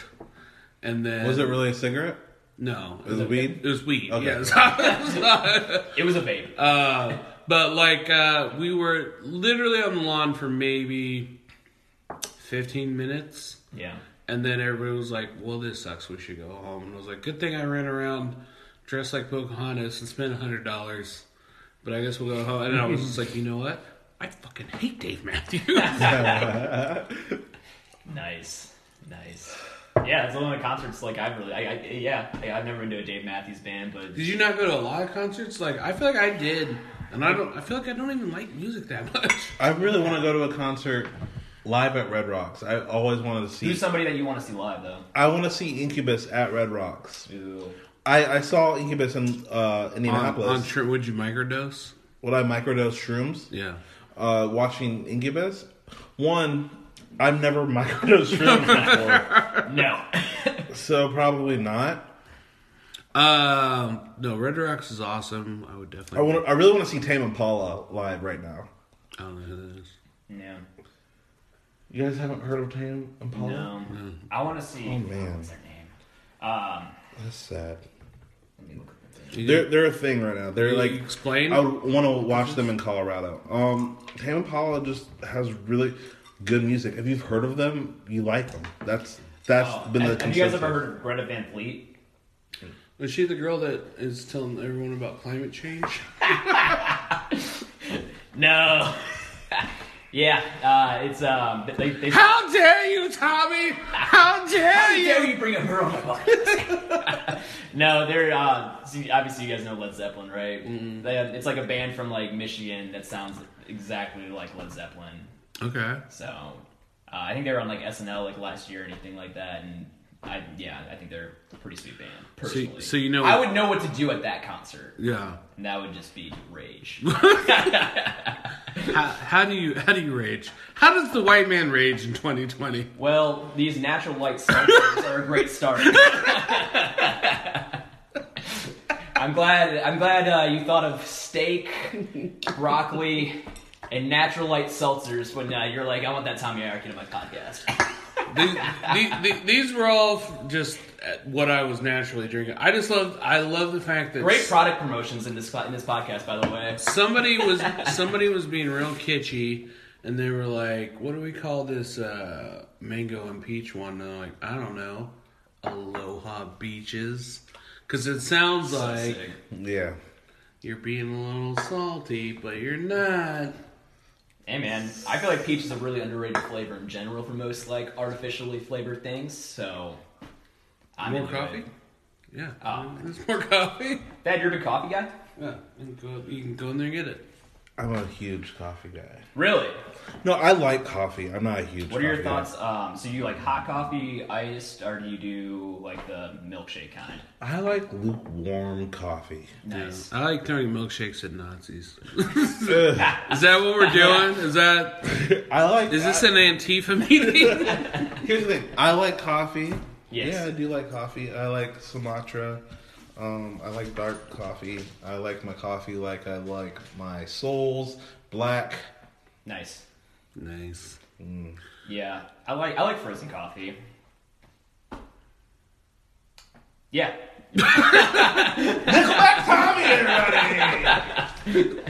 Speaker 1: And then
Speaker 3: Was it really a cigarette?
Speaker 1: no?
Speaker 3: Was it weed?
Speaker 1: It was weed.
Speaker 3: Okay.
Speaker 1: Yes.
Speaker 2: it was a vape.
Speaker 1: uh, but like uh, we were literally on the lawn for maybe fifteen minutes,
Speaker 2: yeah.
Speaker 1: and then everybody was like, "Well, this sucks. We should go home." And I was like, "Good thing I ran around dressed like Pocahontas and spent hundred dollars." But I guess we'll go home. And I was just like, "You know what? I fucking hate Dave Matthews."
Speaker 2: Nice. Nice. Yeah, it's one of the concerts like I've really, I, I yeah, I, I've never been to a Dave Matthews Band, but
Speaker 1: Did you not go to a lot of concerts? Like I feel like I did, and I don't. I feel like I don't even like music that much.
Speaker 3: I really want to go to a concert live at Red Rocks. I always wanted to see.
Speaker 2: who's somebody that you want to see live though?
Speaker 3: I want to see Incubus at Red Rocks.
Speaker 2: Ooh.
Speaker 3: I, I saw Incubus in uh,
Speaker 1: on,
Speaker 3: Indianapolis.
Speaker 1: on Tr- would you microdose?
Speaker 3: Would I microdose shrooms?
Speaker 1: Yeah.
Speaker 3: uh, watching Incubus. One, I've never microdosed shrooms
Speaker 2: No.
Speaker 3: before, so probably not.
Speaker 1: Um. No, Red Rocks is awesome. I would definitely.
Speaker 3: I want. I really want to see Tame Impala live right now.
Speaker 1: I don't know who that is.
Speaker 2: no.
Speaker 3: You guys haven't heard of Tame Impala?
Speaker 2: No. I want to see.
Speaker 3: Oh, man.
Speaker 2: What's their name? Um,
Speaker 3: That's sad.
Speaker 2: let me look at their name.
Speaker 1: You-
Speaker 3: They're they're a thing right now. They're
Speaker 1: you
Speaker 3: like.
Speaker 1: explain.
Speaker 3: I would want to watch them in Colorado. Um, Tame Impala just has really good music. If you've heard of them, you like them. That's that's
Speaker 2: Oh,
Speaker 3: been the
Speaker 2: have, have you guys
Speaker 3: consensus.
Speaker 2: ever heard of Greta Van Fleet?
Speaker 1: Is she the girl that is telling everyone about climate change?
Speaker 2: No. yeah, uh, it's um, they, they,
Speaker 1: How dare you, Tommy? How dare
Speaker 2: dare
Speaker 1: you?
Speaker 2: you bring up her on the podcast? no, they're uh, see, obviously you guys know Led Zeppelin, right?
Speaker 1: Mm-hmm.
Speaker 2: They have, it's like a band from like Michigan that sounds exactly like Led Zeppelin.
Speaker 1: Okay.
Speaker 2: So uh, I think they were on like SNL like last year or anything like that, and I yeah, I think they're a pretty sweet band personally.
Speaker 1: so you know-
Speaker 2: I would know what to do at that concert,
Speaker 1: Yeah.
Speaker 2: and that would just be rage.
Speaker 1: How, how do you how do you rage? How does the white man rage in 2020?
Speaker 2: Well, these natural light sensors are a great start. I'm glad. I'm glad uh, you thought of steak, broccoli, and natural light seltzers when uh, you're like, I want that Tommy Erickson in my podcast.
Speaker 1: these, the- the- these were all f- just uh, what I was naturally drinking. I just love I love the fact that
Speaker 2: Great
Speaker 1: s-
Speaker 2: product promotions in this po- in this podcast, by the way.
Speaker 1: somebody was somebody was being real kitschy and they were like, "What do we call this uh, mango and peach one?" And I'm like, "I don't know, Aloha Beaches." Because it sounds like
Speaker 2: Sick.
Speaker 3: Yeah.
Speaker 1: you're being a little salty, but you're not.
Speaker 2: Hey man, I feel like peach is a really underrated flavor in general for most like artificially flavored things. So, I'm
Speaker 1: More
Speaker 2: into it.
Speaker 1: coffee? Yeah.
Speaker 2: Oh.
Speaker 1: There's more coffee?
Speaker 2: Dad, you're a big coffee guy.
Speaker 1: Yeah. You can, go, you can go in there and get it.
Speaker 3: I'm a huge coffee guy.
Speaker 2: Really?
Speaker 3: No, I like coffee. I'm not a huge.
Speaker 2: What are your
Speaker 3: coffee guy.
Speaker 2: thoughts? Um, so you like hot coffee, iced, or do you do like the milkshake kind?
Speaker 3: I like lukewarm coffee.
Speaker 2: Nice.
Speaker 1: I like throwing milkshakes at Nazis. Is that what we're doing? Is that
Speaker 3: I like.
Speaker 1: is this
Speaker 3: I,
Speaker 1: an Antifa meeting?
Speaker 3: Here's the thing. I like coffee.
Speaker 2: Yes.
Speaker 3: Yeah, I do like coffee. I like Sumatra. Um, I like dark coffee. I like my coffee like I like my souls black.
Speaker 2: Nice.
Speaker 1: nice.
Speaker 2: Yeah, I like I like frozen coffee. Yeah.
Speaker 3: Tommy, everybody.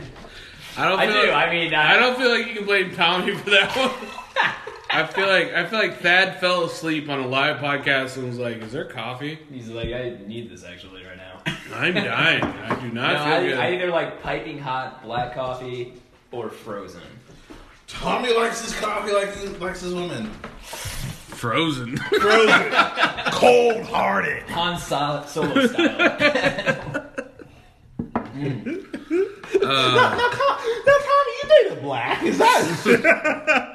Speaker 1: I don't.
Speaker 2: I
Speaker 1: Feel
Speaker 2: do.
Speaker 1: Like,
Speaker 2: I mean, uh,
Speaker 1: I
Speaker 2: I,
Speaker 1: don't feel like you can blame Tommy for that one. I feel like I feel like Thad fell asleep on a live podcast and was like, "Is there coffee?
Speaker 2: he's like, I need this actually right now.
Speaker 1: I'm dying. I do
Speaker 2: No,
Speaker 1: not feel
Speaker 2: I,
Speaker 1: good."
Speaker 2: I either like piping hot black coffee or frozen.
Speaker 3: Tommy likes his coffee like he likes his women.
Speaker 1: Frozen.
Speaker 3: Frozen, cold hearted.
Speaker 2: Han Sol- Solo style. Mm.
Speaker 1: Uh,
Speaker 3: Now, Tommy, you dated black. Is that?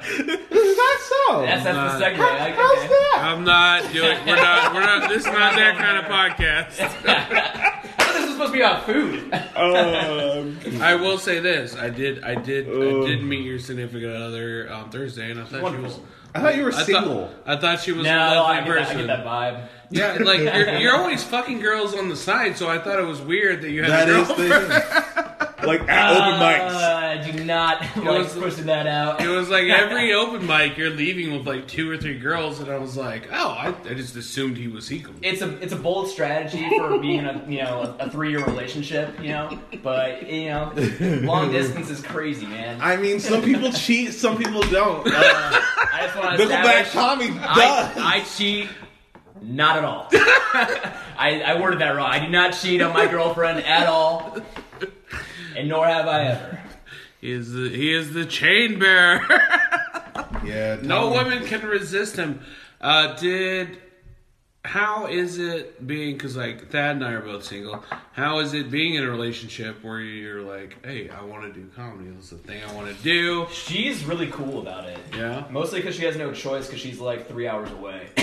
Speaker 3: is that so?
Speaker 2: That's, that's the
Speaker 1: Uh,
Speaker 2: second. I like
Speaker 3: How's
Speaker 2: it.
Speaker 3: that?
Speaker 1: I'm not doing. We're not. We're not. This is not that kind of podcast.
Speaker 2: This is supposed to be about food.
Speaker 3: Um,
Speaker 1: I will say this. I did. I did.
Speaker 3: Oh.
Speaker 1: I did meet your significant other on Thursday, and I thought she was.
Speaker 2: Wonderful.
Speaker 3: I thought you were
Speaker 1: I
Speaker 3: single.
Speaker 1: thought, I thought she was
Speaker 2: No,
Speaker 1: a lovely
Speaker 2: I get, that, I
Speaker 1: person.
Speaker 2: get that vibe.
Speaker 1: Yeah, like you're, you're always fucking girls on the side, so I thought it was weird that you had
Speaker 3: That
Speaker 1: a
Speaker 3: is the
Speaker 1: girlfriend.
Speaker 3: thing. Like at open mics.
Speaker 2: Uh, I do not like
Speaker 1: was-
Speaker 2: pushing that out.
Speaker 1: It was like every open mic, you're leaving with like two or three girls, and I was like, oh, I, I just assumed he was single.
Speaker 2: it's a it's a bold strategy for being in a you know a three year relationship, you know. But you know, long distance is crazy, man. I,
Speaker 3: I mean, some people cheat, some people don't. Uh,
Speaker 2: just want to
Speaker 3: Nickelback
Speaker 2: establish
Speaker 3: Tommy does.
Speaker 2: I, I cheat. Not at all. I, I worded that wrong. I do not cheat on my girlfriend at all, and nor have I ever.
Speaker 1: He is the, he is the chain bearer.
Speaker 3: yeah,
Speaker 1: no
Speaker 3: Tommy.
Speaker 1: woman can resist him. Uh, did how is it being? Because like Thad and I are both single. How is it being in a relationship where you're like, hey, I want to do comedy. This is the thing I want to do.
Speaker 2: She's really cool about it.
Speaker 1: Yeah.
Speaker 2: Mostly because she has no choice because she's like three hours away.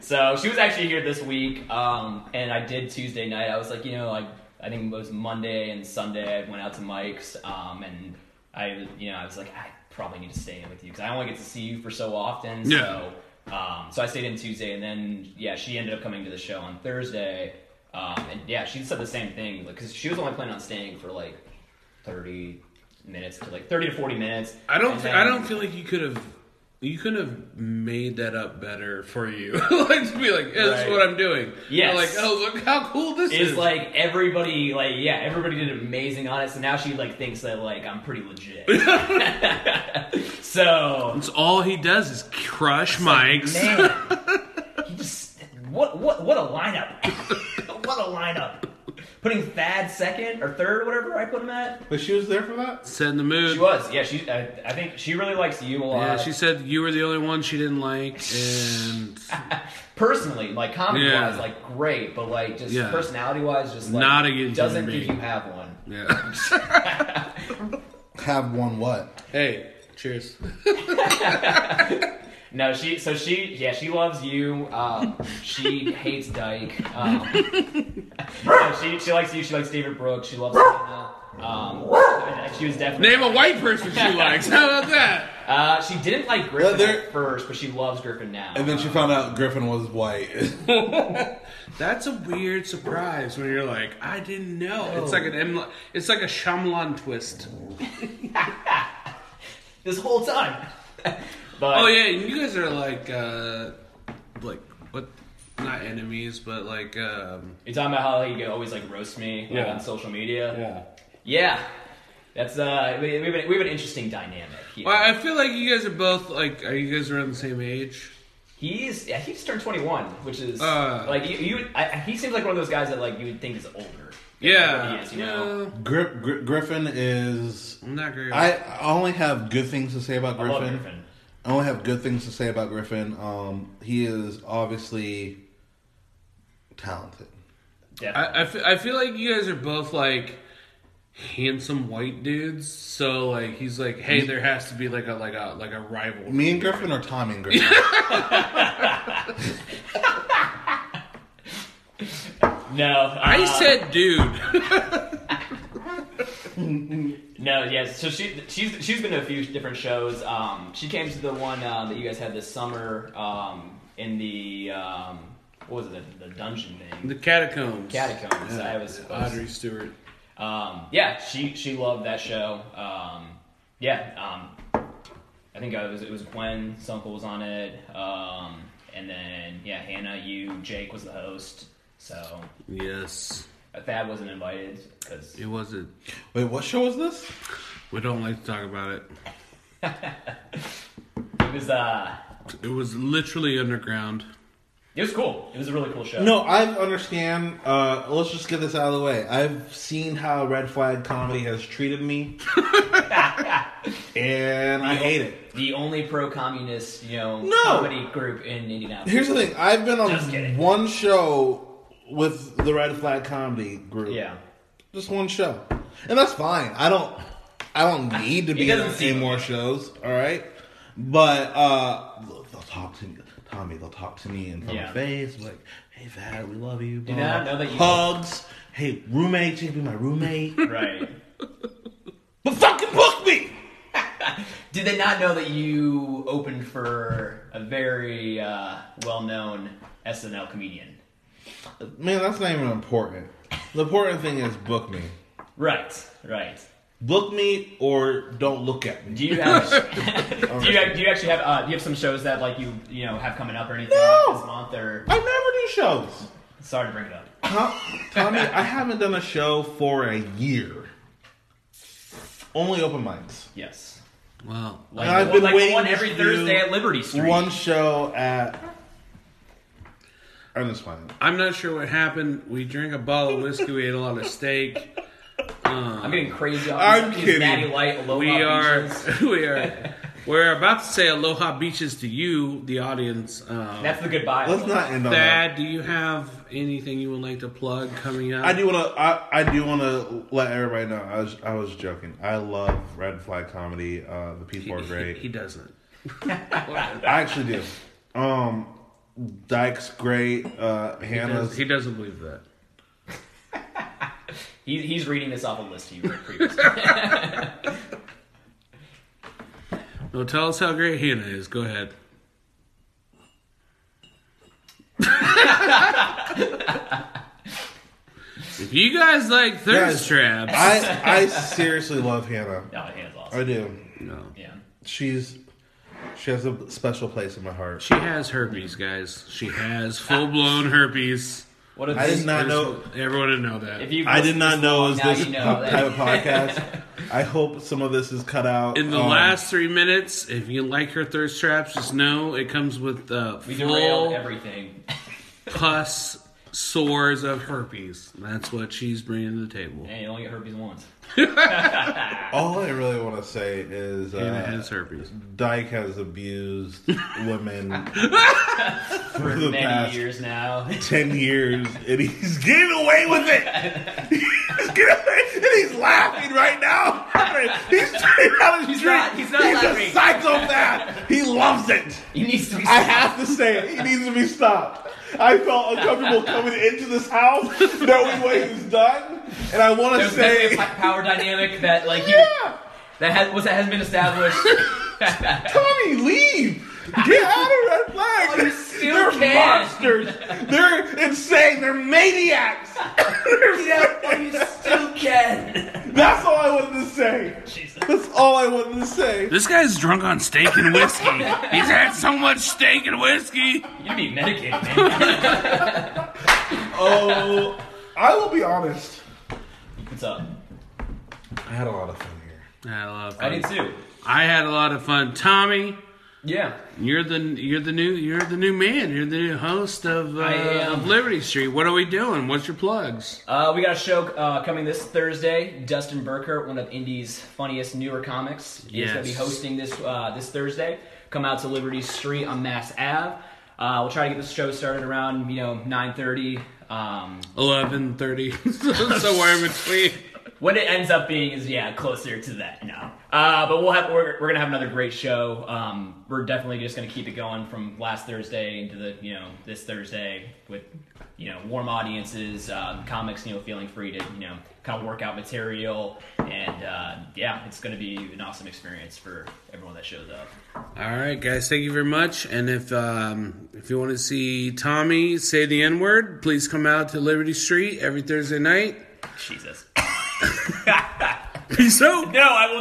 Speaker 2: so she was actually here this week, um, and I did Tuesday night. I was like, you know, like I think it was Monday and Sunday. I went out to Mike's, um, and I, you know, I was like, I probably need to stay in with you because I only get to see you for so often. So, um, so I stayed in Tuesday, and then yeah, she ended up coming to the show on Thursday, um, and yeah, she said the same thing because she was only planning on staying for like thirty minutes to like thirty to forty minutes.
Speaker 1: I don't.
Speaker 2: And
Speaker 1: fe-
Speaker 2: then-
Speaker 1: I don't feel like you could have. You could have made that up better for you. like to be like, yeah, this is
Speaker 2: Right.
Speaker 1: what I'm doing.
Speaker 2: Yes.
Speaker 1: Or Like, oh look how cool this is.
Speaker 2: is like everybody like yeah everybody did amazing on it so now she like thinks that like i'm pretty legit so
Speaker 1: It's all he does is crush mics.
Speaker 2: man he just what what what a lineup what a lineup putting thad second or third whatever i put him at
Speaker 3: But she was there for that?
Speaker 1: Setting the mood.
Speaker 2: she was yeah she i, I think she really likes you a lot
Speaker 1: Yeah, she said you were the only one she didn't like, and
Speaker 2: personally like comedy
Speaker 1: Yeah.
Speaker 2: wise like great but like just
Speaker 1: Yeah.
Speaker 2: personality wise just like
Speaker 1: Not a good
Speaker 2: doesn't
Speaker 1: human
Speaker 2: think
Speaker 1: being.
Speaker 2: you have one
Speaker 1: yeah.
Speaker 3: Have one what?
Speaker 1: hey, cheers.
Speaker 2: No, she. So she. Yeah, she loves you. Um, she hates Dyke. Um, no, she. She likes you. She likes David Brooks. She loves. Hannah. Um, and she was definitely.
Speaker 1: Name a white person she likes. How about that?
Speaker 2: Uh, she didn't like Griffin
Speaker 3: Well, there-
Speaker 2: at first, but she loves Griffin now.
Speaker 3: And then she found out Griffin was white.
Speaker 1: That's a weird surprise when you're like, I didn't know. It's like an M- it's like a Shyamalan twist.
Speaker 2: this whole time. but
Speaker 1: Oh yeah, and you guys are like, uh like what? Not enemies, but like, um
Speaker 2: you're talking about how you always like roast me like,
Speaker 1: Yeah.
Speaker 2: on social media.
Speaker 1: yeah.
Speaker 2: Yeah. That's uh, we, we, have an, we have an interesting dynamic. Here.
Speaker 1: Well, I feel like you guys are both like, are you guys around the same age?
Speaker 2: He's yeah, he just turned 21, which is
Speaker 1: Uh.
Speaker 2: like you. you would- I, I- he seems like one of those guys that like you would think is older. than
Speaker 1: Yeah,
Speaker 2: he is, you know.
Speaker 1: Yeah.
Speaker 3: Gri- Gri- Griffin is.
Speaker 1: I'm not great.
Speaker 3: I I only have good things to say about
Speaker 2: I love
Speaker 3: Griffin.
Speaker 2: Griffin.
Speaker 3: I only have good things to say about Griffin. Um, he is obviously talented.
Speaker 1: I,
Speaker 2: Definitely.
Speaker 1: I, fe- I feel like you guys are both like handsome white dudes. So like he's like, hey, there has to be like a like a like a rival.
Speaker 3: Me and Griffin or Tommy and Griffin?
Speaker 2: No,
Speaker 1: I
Speaker 2: uh,
Speaker 1: said, dude.
Speaker 2: no. Yes, so she she's she's been to a few different shows. Um, she came to the one uh, that you guys had this summer um, in the um, what was it the, the dungeon thing?
Speaker 1: the catacombs.
Speaker 2: Catacombs. I was close.
Speaker 1: Audrey Stewart.
Speaker 2: Um, yeah, she she loved that show. Um, yeah, um, I think I was it was Gwen Sunkel was on it, um, and then yeah, Hannah, you, Jake was the host. So
Speaker 1: Yes,
Speaker 2: Thad wasn't invited because
Speaker 1: it wasn't.
Speaker 3: Wait, what show was this?
Speaker 1: We don't like to talk about it.
Speaker 2: it was uh
Speaker 1: It was literally underground.
Speaker 2: it was cool. It was a really cool show.
Speaker 3: No, I understand. Uh, let's just get this out of the way. I've seen how red flag comedy has treated me, and I hate it.
Speaker 2: the only pro communist you know
Speaker 3: No.
Speaker 2: comedy group in Indianapolis.
Speaker 3: Here's the thing: I've been
Speaker 2: Just kidding.
Speaker 3: on one show with the red flag comedy group.
Speaker 2: yeah.
Speaker 3: just one show, and that's fine. I don't, I don't need to be in
Speaker 2: doesn't
Speaker 3: any
Speaker 2: seem-
Speaker 3: more shows. All right, but uh, look, they'll talk to me, Tommy. They'll talk to me in front
Speaker 2: Yeah.
Speaker 3: of my face, like, "Hey, Thad, we love you."
Speaker 2: Did
Speaker 3: blah,
Speaker 2: not
Speaker 3: blah,
Speaker 2: know that you-
Speaker 3: hugs. Hey, roommate, you can be my roommate.
Speaker 2: Right.
Speaker 3: but fucking book me.
Speaker 2: Did they not know that you opened for a very uh, well-known SNL comedian?
Speaker 3: Man, that's not even important. The important thing is book me.
Speaker 2: Right, right.
Speaker 3: Book me or don't look at me.
Speaker 2: Do you have do you have, do you actually have uh, do you have some shows that like you you know have coming up or anything
Speaker 3: No!
Speaker 2: this month or
Speaker 3: I never do shows.
Speaker 2: sorry to bring it up.
Speaker 3: Tom, Tommy, I haven't done a show for a year. Only open mics.
Speaker 2: Yes.
Speaker 1: Well,
Speaker 2: Like,
Speaker 3: I've
Speaker 2: one-
Speaker 3: been
Speaker 2: like
Speaker 3: waiting
Speaker 2: one
Speaker 3: to
Speaker 2: every
Speaker 3: do
Speaker 2: Thursday at Liberty Street.
Speaker 3: One show at Ernest Fine.
Speaker 1: I'm not sure what happened. We drank a bottle of whiskey. We ate a lot of steak.
Speaker 2: I'm getting crazy off
Speaker 3: I'm
Speaker 2: these, these
Speaker 3: kidding.
Speaker 2: natty light aloha
Speaker 1: we are
Speaker 2: beaches.
Speaker 1: we are we're about to say aloha beaches to you the audience um,
Speaker 2: That's the goodbye.
Speaker 3: Let's not end on that.
Speaker 1: thad do you have anything you would like to plug coming up
Speaker 3: I do want to. I, I do want to let everybody know. I was I was joking. I love red flag comedy. Uh, the people are
Speaker 1: he,
Speaker 3: great.
Speaker 1: he doesn't
Speaker 3: I actually do. Um, Dyke's great.
Speaker 1: he,
Speaker 3: Uh,
Speaker 1: does,
Speaker 3: Hannah's.
Speaker 1: he doesn't believe that
Speaker 2: He, he's reading this off a list he read previously.
Speaker 1: no tell us how great hannah is go ahead if you guys like thirst
Speaker 3: Guys,
Speaker 1: traps
Speaker 3: I I seriously love Hannah.
Speaker 2: no, he is awesome.
Speaker 3: I do.
Speaker 1: no
Speaker 2: Yeah.
Speaker 3: She's she has a special place in my heart.
Speaker 1: she has herpes guys she has full-blown herpes
Speaker 2: What a
Speaker 3: I did not know.
Speaker 1: everyone to know that
Speaker 2: If you
Speaker 3: I did not know it was
Speaker 2: now
Speaker 3: this
Speaker 2: you know
Speaker 3: po-
Speaker 2: that-
Speaker 3: type of podcast. I hope some of this is cut out.
Speaker 1: In the
Speaker 3: Um,
Speaker 1: last three minutes, if you like her thirst traps, just know it comes with uh,
Speaker 2: we derailed
Speaker 1: full
Speaker 2: everything.
Speaker 1: pus sores of herpes. That's what she's bringing to the table.
Speaker 2: Hey, you only get herpes once.
Speaker 3: all I really want to say is
Speaker 1: And it
Speaker 3: uh,
Speaker 1: has herpes.
Speaker 3: Dyke has abused women
Speaker 2: For
Speaker 3: the
Speaker 2: many
Speaker 3: past.
Speaker 2: years now.
Speaker 3: ten years, and he's getting away with it. He's getting away, and he's laughing right now. He's turning out his
Speaker 2: He's
Speaker 3: drink.
Speaker 2: not- he's not
Speaker 3: he's
Speaker 2: laughing.
Speaker 3: a psychopath. He loves it.
Speaker 2: He needs to be
Speaker 3: I have to say it. He needs to be stopped. I felt uncomfortable coming into this house knowing what he was done, and I want to
Speaker 2: There's definitely
Speaker 3: say,
Speaker 2: a pa- power dynamic that like you
Speaker 3: yeah,
Speaker 2: that has was that has been established.
Speaker 3: Tommy, leave. Get out of red flag.
Speaker 2: Oh, you still
Speaker 3: They're
Speaker 2: can.
Speaker 3: monsters. They're insane. They're maniacs.
Speaker 2: still can.
Speaker 3: That's all I wanted to say.
Speaker 2: Jesus.
Speaker 3: That's all I wanted to say.
Speaker 1: This guy's drunk on steak and whiskey. He's had so much steak and whiskey.
Speaker 2: You'd be medicated, man.
Speaker 3: Oh, I will be honest.
Speaker 2: What's up?
Speaker 3: I had a lot of fun here.
Speaker 1: I had a lot of
Speaker 2: I
Speaker 1: fun.
Speaker 2: did too.
Speaker 1: I had a lot of fun. Tommy,
Speaker 2: Yeah.
Speaker 1: you're the you're the new you're the new man. You're the new host of, uh,
Speaker 2: I am.
Speaker 1: of Liberty Street. What are we doing? What's your plugs?
Speaker 2: Uh, we got a show uh, coming this Thursday. Dustin Burkert, one of Indy's funniest newer comics, is going to be
Speaker 1: Yes.
Speaker 2: hosting this uh, this Thursday. Come out to Liberty Street on Mass Ave. Uh, we'll try to get this show started around you know 9:30. Um,
Speaker 1: Eleven thirty, somewhere in between.
Speaker 2: What it ends up being is yeah, closer to that now. Uh, but we'll have we're, we're gonna have another great show. Um, we're definitely just gonna keep it going from last Thursday into the you know this Thursday with you know warm audiences, um, comics you know feeling free to you know kind of work out material and uh, yeah, it's gonna be an awesome experience for everyone that shows up.
Speaker 1: All right, guys, thank you very much. And if um, if you want to see Tommy say the N word, please come out to Liberty Street every Thursday night.
Speaker 2: Jesus.
Speaker 1: Peace out.
Speaker 2: No, I will.